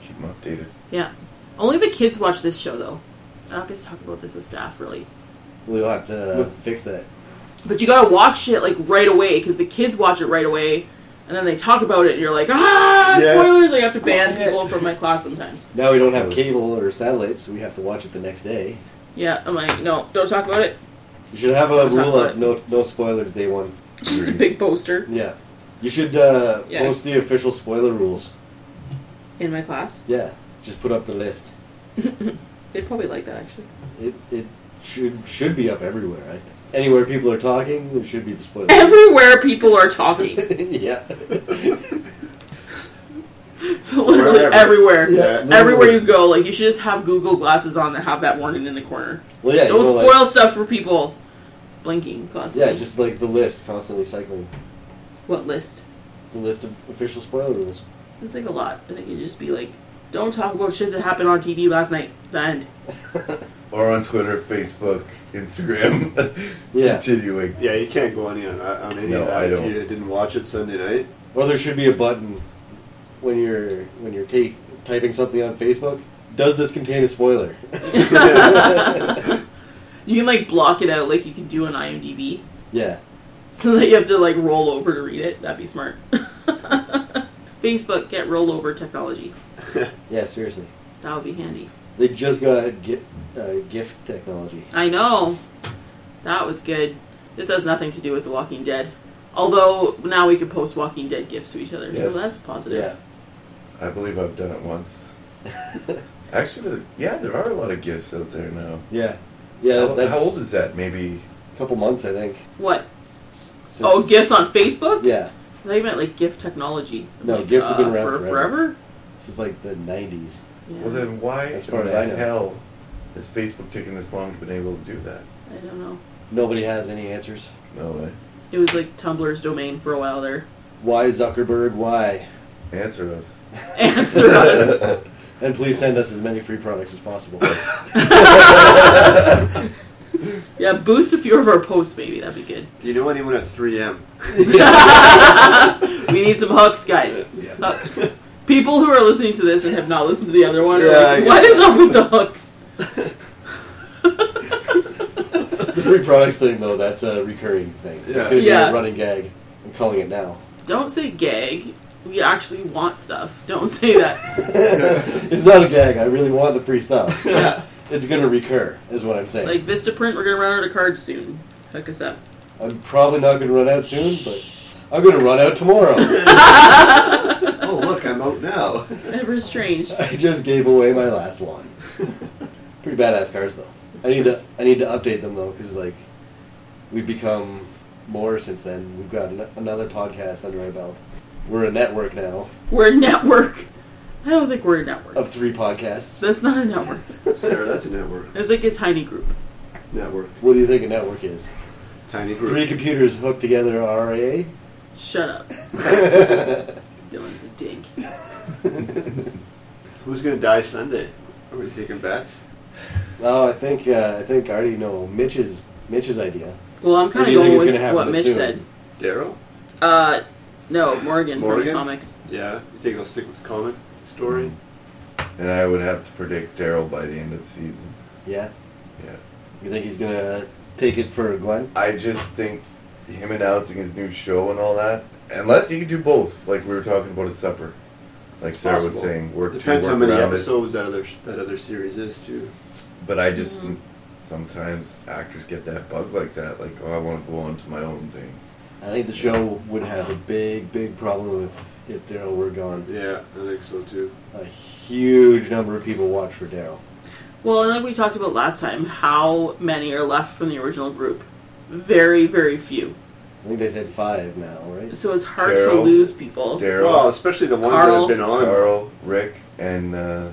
D: Keep them updated.
B: Yeah, only the kids watch this show though. I don't get to talk about this with staff really.
A: we'll have to uh, fix that.
B: But you gotta watch it like right away because the kids watch it right away, and then they talk about it, and you're like, ah,
A: Yeah.
B: spoilers! I have to ban
A: Quiet.
B: people from my class sometimes.
A: Now we don't have cable or satellites, so we have to watch it the next day.
B: Yeah, I'm like, no, don't talk about it.
A: You should have a
B: Don't talk
A: rule
B: about
A: of no no spoilers day one.
B: Just a big poster
A: Yeah, you should uh,
B: Yeah.
A: post the official spoiler rules.
B: in my class.
A: Yeah, just put up the list.
B: They'd probably like that actually.
A: It it should should be up everywhere. I think anywhere people are talking, there should be the spoiler.
B: <laughs> Everywhere people are talking,
A: <laughs>
B: <laughs>
A: yeah.
B: literally
C: Wherever.
B: everywhere.
A: Yeah,
B: Everywhere
A: literally.
B: you go, like you should just have Google glasses on that have that warning in the corner.
A: Well, yeah. you
B: Don't
A: know, like-
B: spoil stuff for people. Blinking constantly.
A: yeah, just like the list constantly cycling.
B: what list?
A: The list of official spoiler rules.
B: It's like a lot. I think you'd just be like, don't talk about shit that happened on TV last night. The end.
A: <laughs>
D: Or on Twitter, Facebook, Instagram. <laughs>
A: Yeah.
D: Continuing.
C: Yeah, you can't go any on, on any
D: No,
C: of that
D: I
C: if
D: don't.
C: you didn't watch it Sunday night.
A: Or there should be a button when you're when you're ta- typing something on Facebook. Does this contain a spoiler? <laughs>
B: You can like block it out like you can do on IMDb, <laughs>
A: yeah.
B: so that you have to like roll over to read it. That'd be smart. <laughs> Facebook get rollover technology.
A: Yeah. Seriously,
B: That would be handy.
A: they just got gi- uh, gift technology.
B: I know. That was good. This has nothing to do with The Walking Dead. Although now we can post Walking Dead gifts to each other, so
D: Yes.
B: that's positive.
A: Yeah.
D: I believe I've done it once. Actually, the- yeah, there are a lot of gifts out there now.
A: <laughs> Yeah. Yeah.
D: how,
A: that's
D: how old is that? Maybe.
A: a couple months, I think.
B: What?
A: S- since-
B: Oh, gifts on Facebook?
A: Yeah.
B: They meant like gift technology. I'm
A: No,
B: like, uh,
A: gifts have been around
B: for
A: forever. This is like the '90s.
B: Yeah.
D: Well, then why
A: As far
D: in
A: as I
D: the
A: know.
D: hell is Facebook taking this long to be able to do that?
B: I don't know.
A: Nobody has any answers.
D: No way.
B: It was like Tumblr's domain for a while there. <laughs>
A: Why Zuckerberg? Why?
D: Answer us.
B: Answer us.
A: <laughs> And please send us as many free products as possible.
B: Yeah, boost a few of our posts, maybe.
A: <laughs>
B: That'd be good.
C: Do you know anyone
B: <laughs>
C: at 3M?
B: We need some hooks, guys.
D: Yeah.
B: Hooks. People who are listening to this and have not listened to the other one are
C: Yeah, I
B: like,
C: get
B: what is up with the hooks?
A: The free products thing, though, that's a recurring thing. It's
C: Yeah.
A: going to be
B: Yeah.
A: a running gag. I'm calling it now.
B: Don't say gag. We actually want stuff. Don't
A: <laughs>
B: say that.
A: it's not a gag. I really want the free stuff.
B: Yeah.
A: It's going to recur, is what I'm saying.
B: Like Vistaprint, we're gonna run out of cards soon. Hook us up.
A: I'm probably not going to run out soon, but I'm going to run out tomorrow.
C: oh, look, I'm out now. <laughs>
B: Ever strange.
A: I just gave away my last one. Pretty badass cards, though. I need to I need to update them though, because like we've become more since then. We've got an- another podcast under our belt. We're a network now
B: We're a network. I don't think we're a network.
A: of three podcasts.
B: That's not a network.
C: Sarah, that's a network.
B: It's like a tiny group.
C: Network.
A: <laughs> What do you think a network is?
C: Tiny group.
A: Three computers hooked together are
C: <laughs>
A: RIA.
B: Shut up. Dylan's a dink.
C: Who's going to die Sunday? Are we taking bets?
A: <laughs> Oh, I think uh, I think I already know Mitch's Mitch's idea.
B: Well, I'm
A: What
B: kind
A: do
B: of
A: you think
B: going
A: is gonna
B: with
A: happen
B: what
A: to
B: Mitch
A: soon?
B: said.
C: Daryl?
B: Uh, no, Morgan, from the
C: Morgan?
B: comics.
C: Yeah. You think they'll stick with the common story?
D: Mm-hmm. And I would have to predict Daryl by the end of the season.
A: Yeah,
D: Yeah.
A: you think he's gonna take it for Glenn?
D: I just think him announcing his new show and all that, unless he could do both, like we were talking about at supper, like Sarah was
C: possible.
D: saying, work
C: Depends
D: to
C: how
D: work
C: many
D: around it.
C: episodes that other that other series is too.
D: But I just sometimes actors get that bug like that, like oh, I want to go on to my own thing.
A: I think the show would have a big, big problem if if Daryl were gone.
C: Yeah, I think so too.
A: A huge number of people watch for Daryl.
B: Well, and like we talked about last time, how many are left from the original group? Very, very few.
A: I think they said five now, right?
B: So it's hard to
D: Carol.
B: lose people.
D: Daryl,
C: Well, especially the ones that
B: Carl.
C: have been on.
D: Carl, Rick, and uh,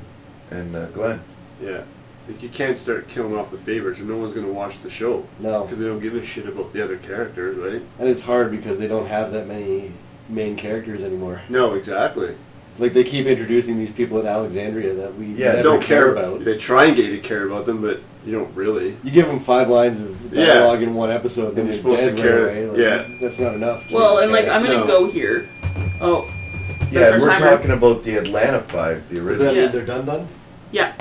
D: and uh, Glenn.
C: Yeah. Like you can't start killing off the favorites, or no one's gonna watch the show
A: No,
C: because they don't give a shit about the other characters, right?
A: and it's hard because they don't have that many main characters anymore.
C: No, exactly.
A: Like they keep introducing these people in Alexandria that we
D: Yeah,
A: never
C: don't
A: care about.
C: They try and get you to care about them, but you don't really.
A: You give them five lines of
C: Yeah.
A: dialogue in one episode, then
C: And
A: you're
C: you're supposed to
A: dead
C: care.
A: right away. Like,
C: Yeah.
A: that's not enough. to
B: Well, and like
A: care.
B: I'm gonna
C: No.
B: go here. Oh,
D: Yeah, and
B: first
D: we're
B: time I-
D: talking about the Atlanta Five, the
A: does that
D: original.
B: Yeah.
A: mean they're done? Done?
B: yeah.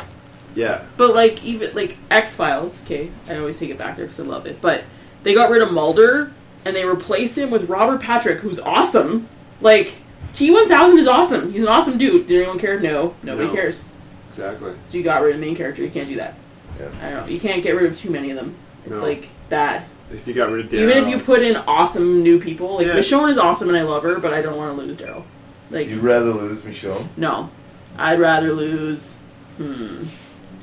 C: Yeah,
B: But like even like X Files, okay, I always take it back there because I love it. But they got rid of Mulder and they replaced him with Robert Patrick, who's awesome. Like T one thousand is awesome. He's an awesome dude. Did anyone care? No, nobody
C: No.
B: cares.
C: exactly.
B: So you got rid of main character. You can't do that.
D: Yeah.
B: I don't. know. You can't get rid of too many of them. It's
C: No.
B: like bad.
C: If you got rid of Daryl,
B: Even if you put in awesome new people, like
C: Yeah.
B: Michonne is awesome and I love her, but I don't want to lose Daryl. Like
D: You'd rather lose Michonne?
B: no, I'd rather lose. Hmm.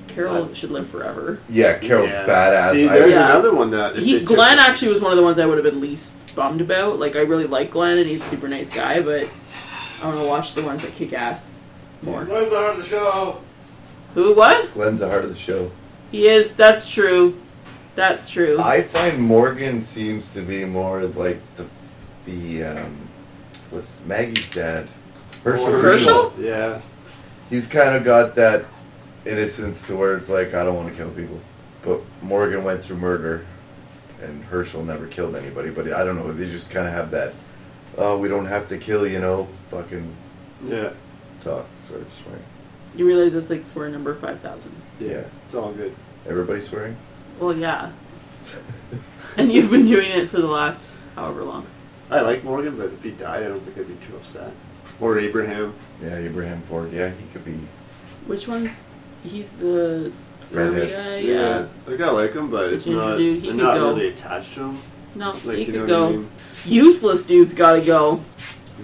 B: Carol should live forever.
D: Yeah, Carol's
C: Yeah.
D: badass.
C: See,
D: I-
C: there's
B: Yeah.
C: another one that if
B: he
C: they took-
B: Glenn actually was one of the ones I would have been least bummed about. Like I really like Glenn and he's a super nice guy, but I want to watch the ones that kick ass more.
A: Where's the heart of the show?
B: Who? What?
D: Glenn's the heart of the show.
B: He is. That's true. That's true.
D: I find Morgan seems to be more like the the um, what's Maggie's dad, Herschel.
C: Or-
B: Herschel?
C: Yeah,
D: He's kind of got that innocence to where it's like I don't want to kill people, but Morgan went through murder, and Herschel never killed anybody. But I don't know. They just kind of have that. Oh, we don't have to kill, you know, fucking
C: yeah,
D: talk sort of swearing.
B: you realize that's like swear number five thousand.
C: yeah. It's all good.
D: Everybody swearing.
B: Well, yeah. <laughs> and you've been doing it for the last however long.
C: I like Morgan, but if he died, I don't think I'd be too upset. Or Abraham.
D: Yeah, Abraham Ford. Yeah, he could be.
B: Which one's? He's the army
D: Redhead.
B: guy. Uh, Yeah.
C: Like I like him, but
B: The
C: it's
B: ginger
C: not.
B: dude, he
C: I'm
B: could
C: not
B: go.
C: really attached to him.
B: No,
C: Like
B: he
C: you know
B: could
C: what
B: go.
C: I mean?
B: Useless dude's got to go.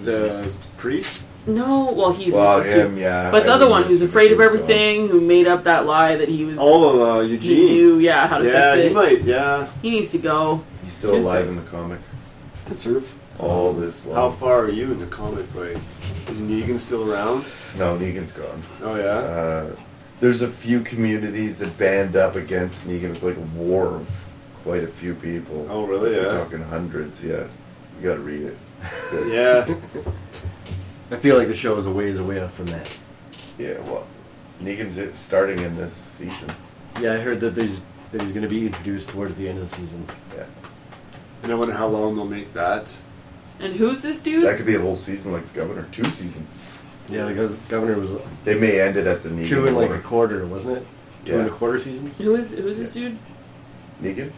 C: The priest.
B: No, well he's
D: well,
B: useless. too.
D: him, yeah.
B: But the
D: I
B: other
D: wouldn't
B: one who's
D: assume
B: afraid
D: he
B: of
D: was
B: everything, who made up that lie that he was
C: Oh, uh,
B: he
C: Eugene.
B: knew, yeah, how to
C: yeah,
B: fix
C: he
B: it.
C: might. Yeah.
B: He needs to go.
D: gone. He's still alive in the comic.
A: To surf.
D: All this long.
C: How far are you in the comic? Like, is Negan still around?
D: No, Negan's gone.
C: Oh yeah.
D: Uh, there's a few communities that band up against Negan. It's like a war of quite a few people.
C: Oh, really?
D: We're
C: Yeah.
D: talking hundreds. Yeah, you got to read it. It's good.
C: Yeah. <laughs>
A: I feel like the show is a ways away from that.
D: Yeah. Well, Negan's it starting in this season.
A: Yeah, I heard that there's that he's going to be introduced towards the end of the season.
D: Yeah,
C: and I wonder how long they'll make that.
B: And who's this
D: that
B: dude?
D: could be a whole season, like the governor. Two seasons.
A: Yeah, the gov- governor was
D: They may end it at the Negan.
A: two and like
D: war.
A: a quarter, wasn't it? Two and a
D: Yeah.
A: quarter seasons.
B: Who is who's this dude?
D: Negan.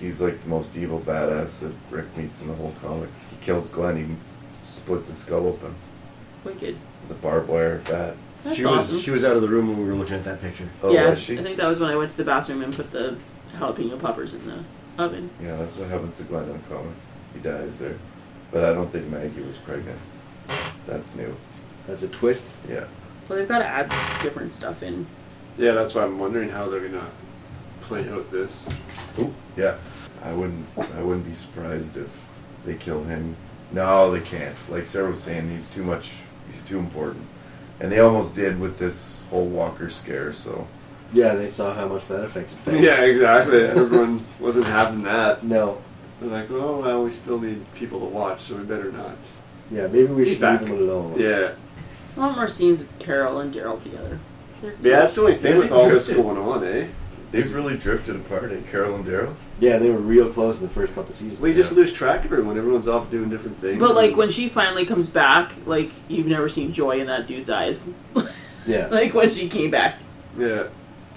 D: He's like the most evil badass that Rick meets in the whole comics. He kills Glenn. He splits his skull open.
B: Wicked.
D: with The barbed wire bat.
B: That's
A: she was
B: awesome.
A: she was out of the room when we were looking at that picture.
D: Oh,
B: yeah,
D: was she?
B: I think that was when I went to the bathroom and put the jalapeno poppers in the oven.
D: Yeah, that's what happens to Glenn in the comic. He dies there. But I don't think Maggie was pregnant. That's new.
A: That's a twist.
D: Yeah.
B: Well, they've got to add different stuff in.
C: Yeah, that's why I'm wondering how they're gonna play out this.
D: Ooh. Yeah. I wouldn't I wouldn't be surprised if they kill him. No, they can't. Like Sarah was saying, he's too much he's too important. And they almost did with this whole Walker scare, so
A: Yeah, they saw how much that affected fans.
C: Yeah, exactly. Everyone wasn't having that.
A: No.
C: They're like, oh well, we still need people to watch, so we better not.
A: Yeah, maybe we
C: He's
A: should
C: back.
A: leave him alone.
C: Yeah.
B: I want more scenes with Carol and Daryl together. They're cute.
C: Yeah, that's the only thing
D: Yeah,
C: with
D: they
C: all this
D: drifted.
C: going on, eh?
D: they've really drifted apart at Carol and Daryl.
A: Yeah, they were real close in the first couple seasons.
C: We just
D: Yeah.
C: lose track of everyone. Everyone's off doing different things.
B: But like when she finally comes back, like you've never seen joy in that dude's eyes. <laughs>
A: Yeah.
B: like when she came back,
C: yeah,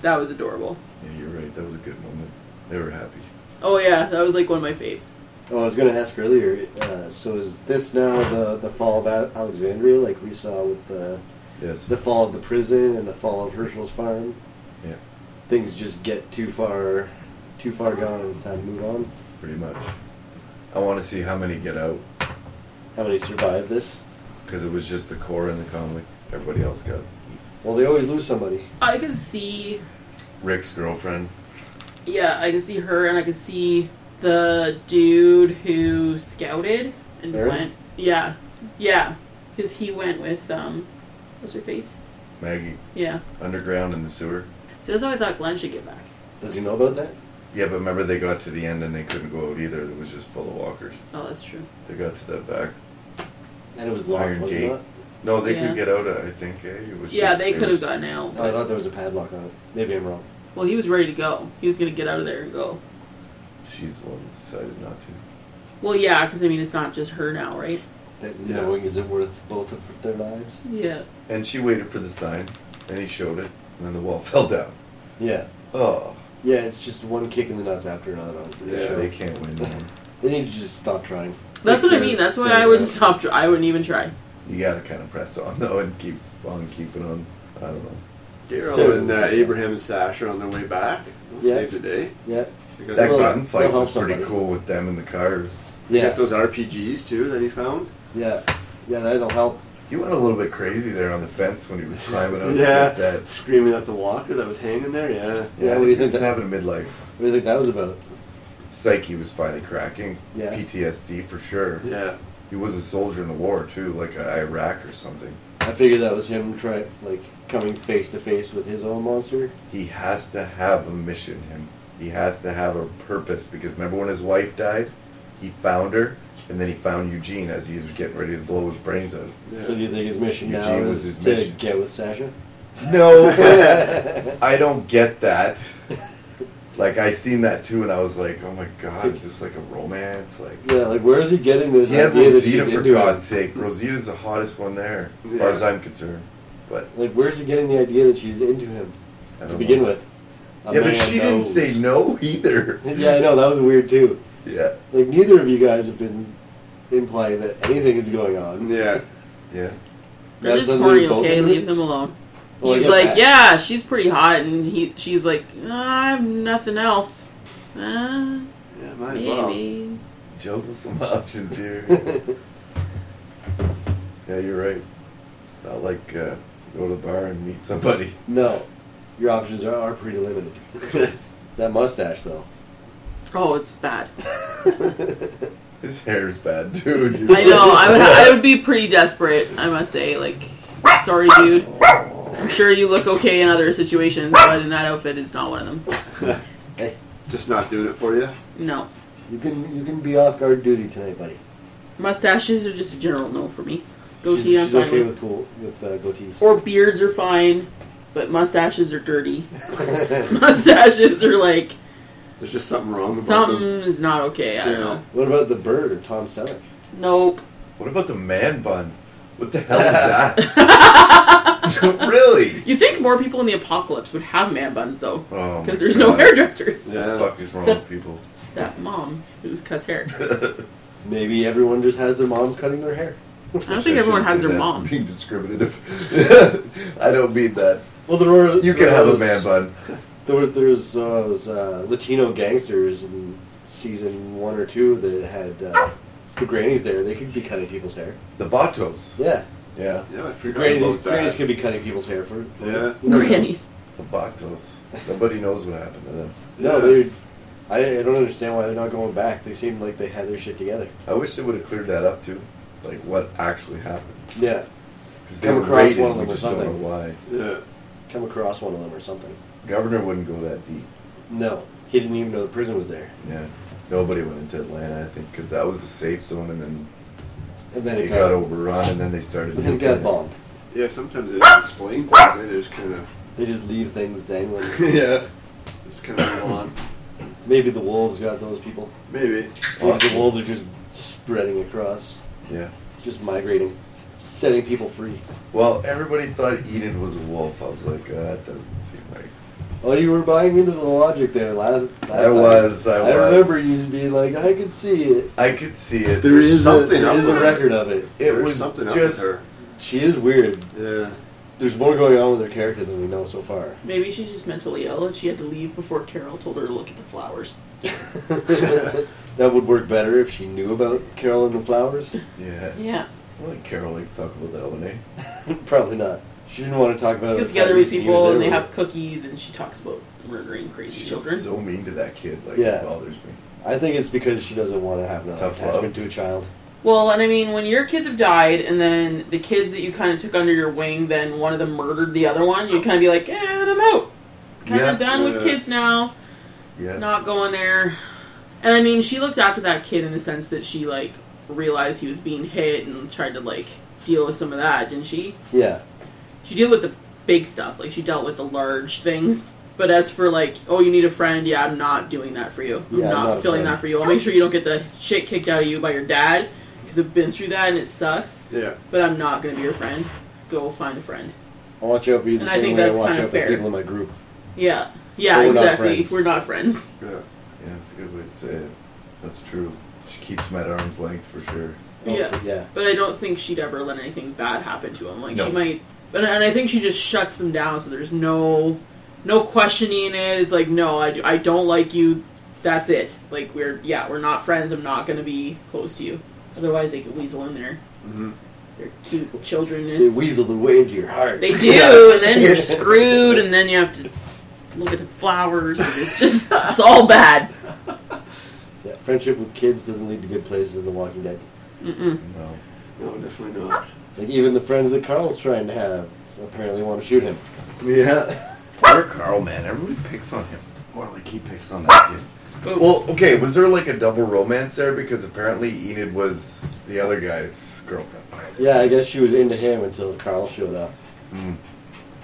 B: that was adorable.
D: Yeah, you're right. That was a good moment. They were happy.
B: Oh yeah, that was like one of my faves.
A: Oh, I was going to ask earlier. Uh, so is this now the the fall of Al- Alexandria, like we saw with the
D: Yes.
A: the fall of the prison and the fall of Herschel's farm?
D: Yeah.
A: Things just get too far, too far gone, and it's time to move on.
D: Pretty much. I want to see how many get out
A: How many survive this?
D: because it was just the core in the comic. Everybody else got
A: Well, they always lose somebody.
B: I can see,
D: Rick's girlfriend.
B: yeah, I can see her, and I can see the dude who scouted and
A: Aaron?
B: went, yeah, yeah, because he went with um, what's her face?
D: Maggie
B: Yeah,
D: underground in the sewer.
B: See, that's how I thought Glenn should get back.
A: Does he know about that?
D: Yeah, but remember they got to the end and they couldn't go out either. It was just full of walkers.
B: Oh, that's true.
D: They got to the back.
A: And it was locked,
D: Iron
A: wasn't
D: Gate.
A: it?
D: No, they
B: Yeah.
D: could get out. uh, I think. Eh? It was
B: Yeah,
D: just-
B: they
D: it
B: could have
D: was-
B: gotten out.
A: Oh, I
B: But,
A: thought there was a padlock on it. Maybe I'm wrong.
B: well, he was ready to go. He was going to get out of there and go.
D: She's the one that decided not to.
B: Well, yeah, because I mean, it's not just her now, right?
A: That
C: Yeah.
A: knowing is it worth both of their lives?
B: Yeah.
D: And she waited for the sign, and he showed it, and then the wall <laughs> fell down.
A: Yeah.
D: Oh,
A: Yeah, it's just one kick in the nuts after another on the
D: yeah,
A: show.
D: they can't win. Man.
A: They need to just stop trying.
B: That's what I mean.
D: serious-
B: That's why
D: serious
B: I would
D: note.
B: stop. Tr- I wouldn't even try.
D: You gotta kind of press on though, and keep on keeping on. I don't know.
C: Daryl
A: So-
C: and uh, Abraham and Sash are on their way back. We'll
A: Yeah.
C: save the day.
A: Yeah.
C: We got,
D: That
A: Well,
D: gun fight
A: they'll help
D: was pretty
A: somebody.
D: cool with them in the cars.
C: we
A: Yeah.
C: got those RPGs too that he found.
A: Yeah. Yeah, that'll help.
D: He went a little bit crazy there on the fence when he was climbing up.
C: Yeah.
D: to get that.
C: Screaming at the walker that was hanging there. Yeah.
A: Yeah, what do you
D: he
A: think
D: was
A: that-
D: having a midlife
A: What do you think that was about?
D: psyche was finally cracking.
A: Yeah.
D: PTSD for sure.
C: Yeah.
D: He was a soldier in the war too, like uh, Iraq or something.
A: I figured that was him trying, like, coming face to face with his own monster.
D: He has to have a mission. Him. He has to have a purpose because remember when his wife died, he found her, and then he found Eugene as he was getting ready to blow his brains out.
C: yeah.
A: So do you think his mission now
D: Eugene
A: is
D: was his
A: to
D: mission.
A: get with
D: <laughs>
A: Sasha? <laughs>
D: No, I don't get that. Like I seen that too, and I was like, "Oh my god, is this like a romance?" Like
A: Yeah, like, where is he getting this
D: he had
A: idea that she's
D: Rosita for
A: into
D: God's
A: him?
D: sake. Rosita's the hottest one there, as
C: Yeah.
D: far as I'm concerned. But
A: Like, where is he getting the idea that she's into him
D: I
A: to
D: don't
A: begin
D: know.
A: with? A
D: yeah, but
A: man
D: she didn't
A: knows.
D: say no either.
A: <laughs> Yeah, I know, that was weird, too.
D: Yeah,
A: Like, neither of you guys have been implying that anything is going on.
C: Yeah.
D: yeah.
B: They're
A: That's
B: just
A: something
B: horny.
A: both
B: Okay,
A: of them-
B: leave them alone.
A: Well,
B: He's
A: yeah,
B: like,
A: that-
B: yeah, she's pretty hot, and he, she's like, "Uh, I have nothing else. Uh,
C: Yeah. Might as well.
B: maybe.
D: Juggle some <laughs> options here. yeah, you're right. It's not like uh, go to the bar and meet somebody.
A: <laughs> No, your options are, are pretty limited. that mustache, though. <laughs>
B: Oh, it's bad.
D: His hair is bad, <laughs> dude.
B: I know. I would. I would be pretty desperate. I must say. Like, sorry, dude. I'm sure you look okay in other situations, but in that outfit, it's not one of them.
A: hey,
C: <laughs> Just not doing it for you.
B: No,
A: you can you can be off guard duty tonight, buddy.
B: mustaches are just a general no for me.
A: She's,
B: Goatee, I'm
A: she's
B: fine
A: okay
B: with.
A: with cool with uh, goatees. <laughs>
B: Or beards are fine, but mustaches are dirty. <laughs> mustaches are like
C: There's just something wrong about
B: something
C: them.
B: is not okay. I don't
C: Yeah.
B: know.
A: what about the bird or Tom Selleck?
B: Nope.
D: What about the man bun? What the hell is that?
B: <laughs>
D: really?
B: You think more people in the apocalypse would have man buns though,
D: Oh,
B: because
D: my
B: there's no
D: God.
B: hairdressers.
D: What the
C: Yeah.
D: fuck is wrong with people?
B: That mom who cuts
D: <laughs>
B: hair.
A: Maybe everyone just has their moms cutting their hair.
B: I don't think everyone has their
D: mom. <laughs>
B: moms. <laughs>
D: Being discriminative. I don't mean that.
A: Well, there were
D: You can
A: there
D: have a
A: was-
D: man bun.
A: There were there's uh, those, uh, Latino gangsters in season one or two that had uh, the grannies there. They could be cutting people's hair.
D: The Vatos.
A: Yeah,
D: Yeah.
C: Yeah, I
A: the
C: forgot
A: grannies,
C: about that.
A: grannies could be cutting people's hair for. for <laughs>
C: Yeah.
B: Grannies.
D: The Vatos. Nobody knows what happened to them.
A: No,
C: Yeah.
A: they're. I, I don't understand why they're not going back. They seem like they had their shit together.
D: I wish they would have cleared that up too. Like what actually happened.
A: Yeah.
D: Because
A: Come across one of them
D: we
A: or
D: just don't know
A: something.
D: why.
C: Yeah.
A: Come across one of them or something.
D: Governor wouldn't go that deep.
A: No. He didn't even know the prison was there.
D: Yeah. Nobody went into Atlanta, I think, because that was a safe zone, and then
A: And then
D: it,
A: it
D: got,
A: got,
D: overrun, and then they started.
A: then <laughs> it
D: nuking
A: got
D: it.
A: bombed.
C: Yeah, sometimes they don't explain things. They just kind of
A: They just leave things dangling.
D: <laughs>
C: yeah, just kind of move on.
A: Maybe the wolves got those people.
C: Maybe.
A: Maybe
D: Awesome.
A: the wolves are just spreading across,
D: Yeah.
A: just migrating, setting people free.
D: Well, everybody thought Eden was a wolf. I was like, uh, that doesn't seem right.
A: Oh, you were buying into the logic there last. last
D: I
A: time.
D: was, I was.
A: remember you being like, I could see it.
D: I could see it.
A: There is a,
C: something
A: there
C: up
A: is a
C: with it.
A: record of it.
D: It
C: There's
D: was
C: something
D: just
C: up
A: She is weird.
C: with her.
A: There's more going on with her character than we know so
D: <laughs>
A: far. <laughs>
B: Maybe she's just mentally ill and she had to leave before Carol told her to look at the flowers.
A: that would work better if she knew about Carol and the Flowers.
D: yeah.
B: Yeah.
D: I like Carol likes to talk about that one, eh?
A: <laughs> Probably not. She didn't want to talk
B: She
A: about it.
B: gets
A: for
B: together
A: at
B: with
A: least years
B: people and they
A: there.
B: have cookies and she talks about murdering crazy
D: She's
B: children.
D: so mean to that kid. Like,
A: Yeah.
D: it bothers me.
A: I think it's because she doesn't want to have another
D: Tough
A: attachment
D: love.
A: to a child.
B: well, and I mean, when your kids have died and then the kids that you kind of took under your wing, then one of them murdered the other one, you kind of be like, eh, I'm out. kind
D: Yeah.
B: of done with
C: Yeah.
B: kids now.
D: Yeah.
B: Not going there. And I mean, she looked after that kid in the sense that she like realized he was being hit and tried to like deal with some of that, didn't she?
A: Yeah.
B: She dealt with the big stuff, like she dealt with the large things. But as for like, oh, you need a friend? Yeah, I'm not doing that for you. I'm
A: Yeah, I'm
B: not
A: not a
B: fulfilling
A: friend.
B: that for you. I'll make sure you don't get the shit kicked out of you by your dad because I've been through that and it sucks.
C: Yeah.
B: But I'm not gonna be your friend. Go find a friend.
A: I'll watch out for you the
B: And I
A: same
B: think
A: way I
B: that's
A: watch
B: kinda
A: out
B: fair.
A: for people in my group.
B: Yeah. Yeah,
A: But we're not
B: exactly.
A: friends.
B: we're not friends.
C: Yeah.
D: Yeah, that's a good way to say it. That's true. She keeps him at arm's length for sure.
A: Oh,
B: Yeah.
A: Yeah.
B: But I don't think she'd ever let anything bad happen to him. Like
D: No.
B: she might, and, and I think she just shuts them down. So there's no, no questioning it. It's like no, I, do- I don't like you. That's it. Like we're yeah, we're not friends. I'm not gonna be close to you. Otherwise, they could weasel in there.
C: Mhm.
B: Their cute children
A: They
B: is.
A: weasel their way into your heart. <laughs>
B: They do, and then you're screwed, and then you have to look at the flowers. And it's just it's all bad.
A: Yeah, friendship with kids doesn't lead to good places in The Walking Dead.
B: Mm-mm.
D: No.
C: No, definitely not.
A: Like even the friends that Carl's trying to have apparently want to shoot him.
C: Yeah.
D: Poor Carl, man. Everybody picks on him. More like he picks on that kid.
B: Boom.
D: Well, okay, was there like a double romance there? Because apparently Enid was the other guy's girlfriend.
A: Yeah, I guess she was into him until Carl showed up,
D: Mm.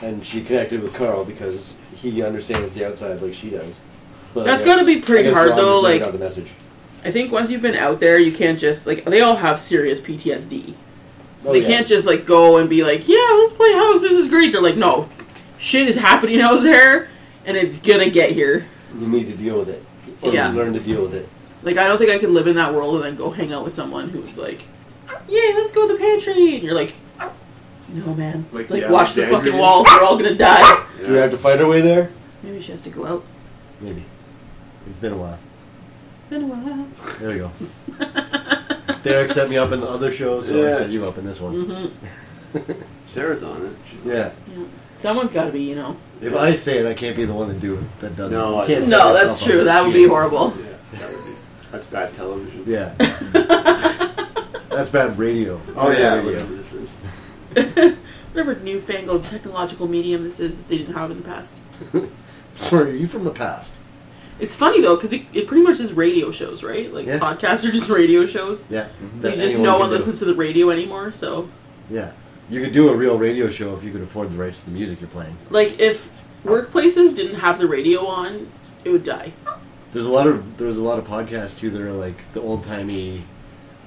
A: and she connected with Carl because he understands the outside like she does. But
B: That's
A: I guess-
B: gotta be pretty
A: I guess
B: hard,
A: Rob just
B: though,
A: never
B: like-
A: got the message.
B: I think once you've been out there, you can't just like they all have serious PTSD. So
A: Oh,
B: they
A: yeah.
B: can't just like go and be like, "Yeah, let's play house. This is great." They're like, "No, shit is happening out there, and it's gonna get here."
A: You need to deal with it, or
B: Yeah.
A: learn to deal with it.
B: Like, I don't think I could live in that world and then go hang out with someone who's like, "Yay, let's go to the pantry," and you're like, "No, man.
C: Like
B: It's like
C: the
B: watch the
C: Alexandrians.
B: fucking walls. We're all gonna die."
A: Do we have to fight our way there?
B: Maybe she has to go out.
A: Maybe. It's been a while.
B: Been a while.
A: There
B: <laughs>
A: we go. Derek set me up in the other show, so I
C: Yeah.
A: set you up in this one.
B: hmm
C: Sarah's on it. She's
A: Yeah.
B: Someone's got to be, you know.
A: If I say it, I can't be the one that do it. That does
C: No,
A: it.
C: I-
A: You can't set
B: No,
A: yourself
B: that's
A: up
B: true.
A: as
B: That would be
A: cheating.
B: horrible.
C: Yeah, that would be. That's bad television.
A: Yeah.
B: <laughs>
A: that's bad radio.
C: Oh yeah.
A: radio.
C: Whatever this is.
B: Whatever newfangled technological medium this is that they didn't have in the past.
A: Sorry, are you from the past?
B: It's funny though, because it, it pretty much is radio shows, right? Like
A: Yeah.
B: podcasts are just radio shows.
A: Yeah.
B: You
A: that
B: just
A: anyone
B: no
A: can
B: one
A: do.
B: listens to the radio anymore. So,
A: Yeah. You could do a real radio show if you could afford the rights to the music you're playing.
B: like, if workplaces didn't have the radio on, it would die.
A: There's a lot of there's a lot of podcasts too that are like the old timey,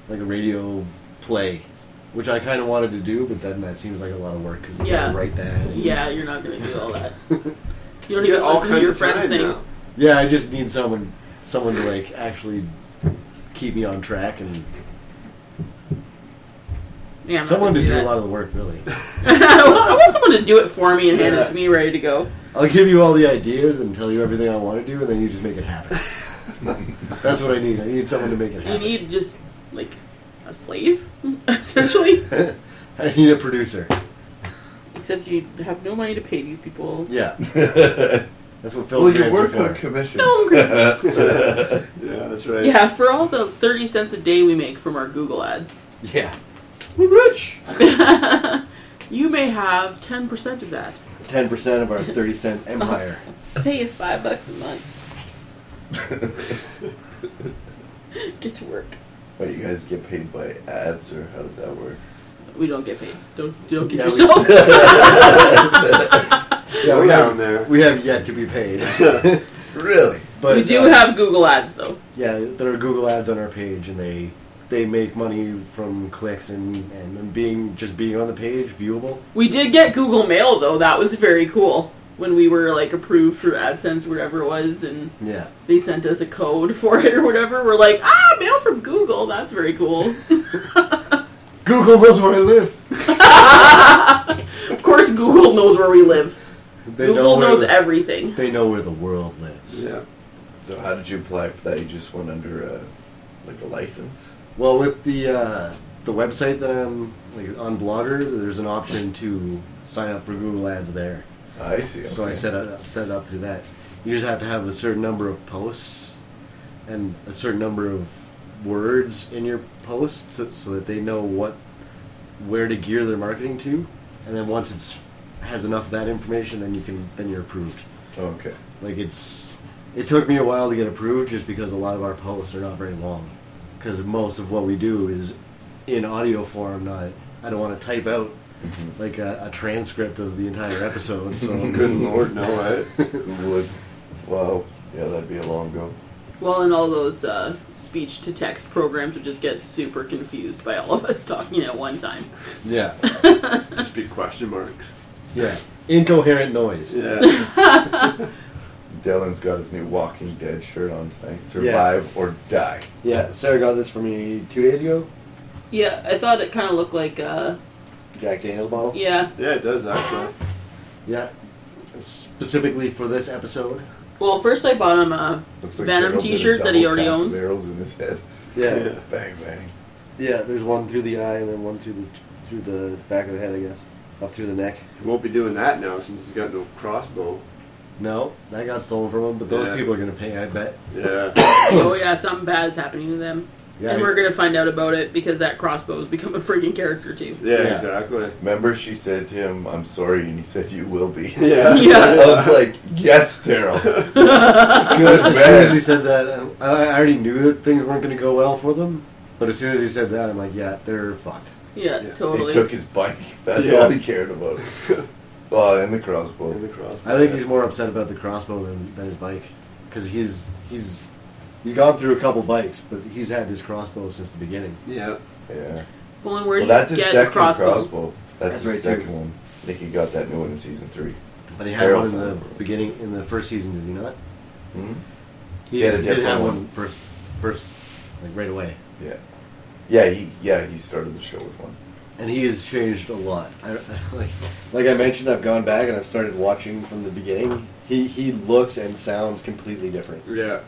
A: like a radio play, which I kind of wanted to do, but then that seems like a lot of work because you
B: Yeah.
A: gotta write that. and-
B: Yeah, you're not gonna do
A: <laughs>
B: all that. You don't even
C: All
B: listen to
C: kinds
B: your
C: of
B: friends
C: time
B: thing.
C: now.
A: Yeah, I just need someone someone to like actually keep me on track and
B: Yeah, I'm not
A: someone to
B: gonna
A: do a
B: that.
A: lot of the work. Really,
B: <laughs> I want someone to do it for me and hand it
A: Yeah.
B: to me ready to go.
A: I'll give you all the ideas and tell you everything I want to do, and then you just make it
B: <laughs>
A: happen. That's what I need. I need someone to make it
B: You
A: happen.
B: need just like a slave, <laughs> essentially.
A: <laughs> I need a producer.
B: Except you have no money to pay these people.
A: Yeah, that's what film
D: well, you
A: grants
D: work
A: are
D: on
A: for.
D: commission.
B: Film
D: <laughs>
B: grants.
C: Yeah, that's right.
B: Yeah, for all the 30 cents a day we make from our Google ads, <laughs>
A: yeah, we're rich.
B: you may have 10% of that.
A: Ten percent of our thirty cent empire.
B: Pay us five bucks a month. <laughs> get to work.
D: But you guys get paid by ads, or how does that work?
B: We don't get paid. Don't, you <laughs> don't get
A: Yeah, we-
B: yourself.
A: Yeah,
C: Go
A: we
C: down
A: have,
C: there.
A: we have yet to be
C: <laughs>
A: paid,
D: Really?
A: but
B: we do
A: uh,
B: have Google ads, though.
A: Yeah, there are Google ads on our page, and they they make money from clicks and and them being just being on the page viewable.
B: We did get Google Mail, though. That was very cool. When we were like approved through AdSense, whatever it was, and
A: Yeah,
B: they sent us a code <laughs> for it or whatever, we're like, ah, mail from Google. That's very cool.
A: Google knows where I live.
B: of course, Google knows where we live.
A: They
B: Google
A: where
B: knows
A: the,
B: everything.
A: They know where the world lives.
C: Yeah.
D: So how did you apply for that? You just went under a like a license.
A: Well, with the uh, the website that I'm like on Blogger, there's an option to sign up for Google ads there.
D: Ah, I see.
A: So I
D: okay.
A: set it up, set it up through that. You just have to have a certain number of posts and a certain number of words in your post so, so that they know what where to gear their marketing to. And then once it's has enough of that information, then you can then you're approved.
D: Okay.
A: Like it's, it took me a while to get approved just because a lot of our posts are not very long, because most of what we do is in audio form. Not I don't want to type out like a, a transcript of the entire episode. So <laughs>
D: Good lord, no, <laughs> right? Who would? Wow. Yeah, that'd be a long go.
B: Well, and all those uh, speech to text programs would just get super confused by all of us talking at one time.
A: yeah,
C: Just be question marks.
A: yeah, incoherent noise.
C: <laughs> Yeah.
D: Dylan's got his new Walking Dead shirt on tonight. Survive or die.
A: Yeah, Sarah got this for me two days ago.
B: Yeah, I thought it kind of looked like, uh,
A: Jack Daniels bottle.
B: yeah.
C: yeah, it does actually.
A: Yeah, specifically for this episode.
B: Well, first I bought uh, him a
D: Looks like
B: Venom
D: Daryl did a
B: T-shirt that he
D: double
B: already
D: tap
B: owns.
D: Barrels in his head.
A: Yeah,
D: <laughs> Bang bang.
A: yeah. There's one through the eye and then one through the through the back of the head, I guess, up through the neck.
C: He won't be doing that now since he's got no crossbow.
A: No, that got stolen from him. But those
C: Yeah.
A: people are gonna pay, I bet.
C: Yeah.
B: oh yeah, something bad is happening to them,
A: Yeah,
B: and we're gonna find out about it because that crossbow has become a freaking character too.
C: Yeah,
A: Yeah. <laughs>
C: exactly.
D: Remember, she said to him, "I'm sorry," and he said, "You will be."
C: Yeah.
D: <laughs> I
B: Yeah.
D: was like, "Yes, Daryl." Good
A: as soon as he
D: man.
A: said that, um, I I already knew that things weren't gonna go well for them. But as soon as he said that, I'm like, yeah, they're fucked.
B: Yeah,
C: Yeah.
D: He
B: <laughs> totally.
D: took his bike. That's
C: Yeah.
D: all he cared about. Oh, and the crossbow.
C: And the crossbow.
A: I think
C: yeah.
A: he's more upset about the crossbow than, than his bike, because he's he's he's gone through a couple bikes, but he's had this crossbow since the beginning.
C: Yeah.
D: Yeah.
B: well, and where did
D: Well, that's
B: you
D: his
B: get
D: second
B: the
D: crossbow.
B: crossbow?
D: That's,
A: That's
D: his
A: right, too.
D: second one. I think he got that new one in season three.
A: But he had one in the
D: Terrible.
A: beginning in the first season, did he not?
D: Hmm?
A: He,
D: He had a
A: he did
D: different
A: have
D: one.
A: one first, first, like right away.
D: Yeah. Yeah. He. Yeah. He started the show with one.
A: And he has changed a lot. I, <laughs> like, like I mentioned, I've gone back and I've started watching from the beginning. He he looks and sounds completely different
C: Yeah.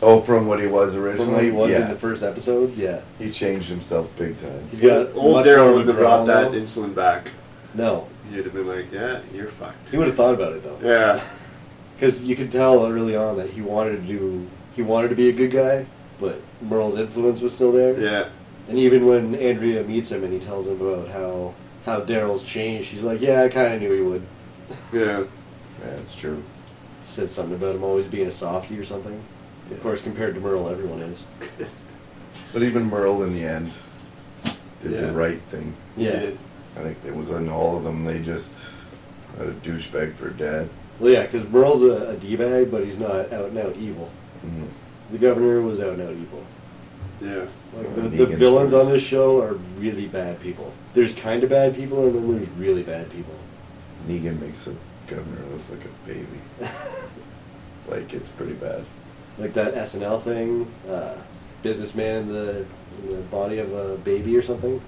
D: Oh, from what he was originally.
A: from what he was
D: yeah.
A: in the first episodes. Yeah,
D: He changed himself big time.
A: he's got
C: Old
A: much more
C: Daryl
A: of a
C: wouldn't have
A: growl
C: brought that
A: now.
C: insulin back.
A: No,
C: He'd have been like, yeah, you're fucked.
A: <laughs> he would have thought about it though.
C: Yeah.
A: because you could tell early on that he wanted to do he wanted to be a good guy, but Merle's influence was still there.
C: Yeah.
A: And even when Andrea meets him and he tells him about how how Daryl's changed, she's like, "Yeah, I kind of knew he would."
C: Yeah.
D: Yeah, it's true.
A: Said something about him always being a softie or something. Of course, compared to Merle, everyone is.
D: But even Merle in the end did
C: Yeah.
D: the right thing.
A: Yeah.
C: Yeah.
D: I think it was on all of them. They just had a douchebag for dad.
A: Well, yeah, because Merle's a, a d bag, but he's not out and out evil.
D: Mhm.
A: The governor was out and out evil.
C: Yeah.
A: Like
D: Or
A: the,
D: an
A: the
D: Negan's
A: villains
D: worse.
A: on this show are really bad people. There's kind of bad people, and then there's really bad people.
D: Negan makes a governor look like a baby.
A: <laughs>
D: like it's pretty bad.
A: like that SNL thing, uh, businessman in the in the body of a baby or something.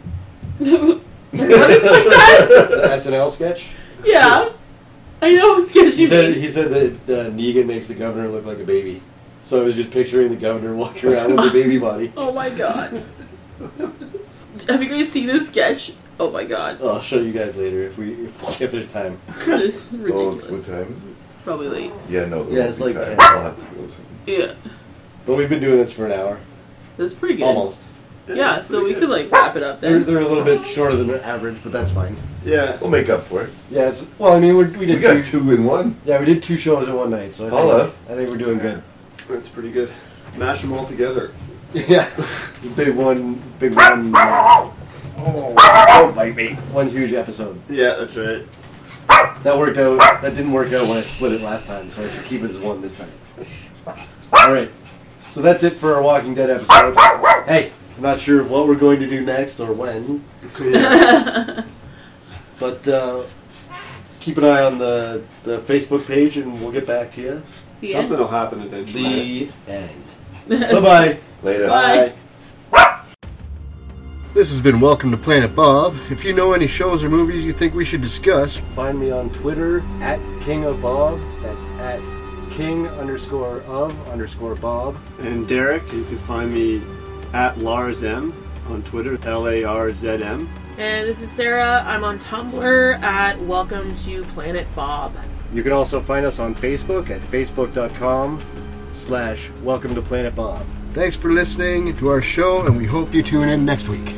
B: <laughs> what is like that?
A: The SNL sketch.
B: Yeah, I know. It's because
A: He
B: you.
A: said he said that uh, Negan makes the governor look like a baby. So I was just picturing the governor walking around with a baby body.
B: oh my god. Have you guys seen this sketch? Oh my god,
A: I'll show you guys later if we if, if there's time.
B: this is
D: Oh, what
B: ridiculous.
D: time is it?
B: Probably late.
D: Yeah, no. there
A: Yeah,
D: won't
A: it's
D: be
A: like
D: time.
A: 10.
D: I'll have to go soon.
B: Yeah,
A: But we've been doing this for an hour,
B: that's pretty good.
A: almost.
B: Yeah, so we could like wrap it up
A: They're,
B: then.
A: they're a little bit shorter than average, but that's fine.
C: Yeah.
D: We'll make up for it.
A: Yeah, it's, well, I mean, we're, we
D: We
A: did
D: got
A: two,
D: two in one.
A: Yeah, we did two shows in one night, so I think,
D: Hello.
A: I think we're doing good.
C: That's pretty good. Mash them all together.
A: <laughs> Yeah,
D: <laughs>
A: big one, big one, uh,
B: Oh.
D: Don't bite me.
A: one huge episode.
C: Yeah, that's right.
A: That worked out. That didn't work out when I split it last time, so I should keep it as one this time. All right. So that's it for our Walking Dead episode. Hey, I'm not sure what we're going to do next or when, <laughs>
C: Yeah.
A: but uh, keep an eye on the, the Facebook page and we'll get back to you.
B: The end.
C: Something will happen eventually.
A: The end. bye bye.
D: Later.
B: Bye.
A: This has been Welcome to Planet Bob. If you know any shows or movies you think we should discuss, find me on Twitter at King of Bob. That's at King underscore of underscore Bob.
C: And Derek, you can find me at Lars M on Twitter, L A R Z M.
B: And this is Sarah. I'm on Tumblr at Welcome to Planet Bob.
A: You can also find us on Facebook at facebook.com slash welcome to Planet Bob. Thanks for listening to our show, and we hope you tune in next week.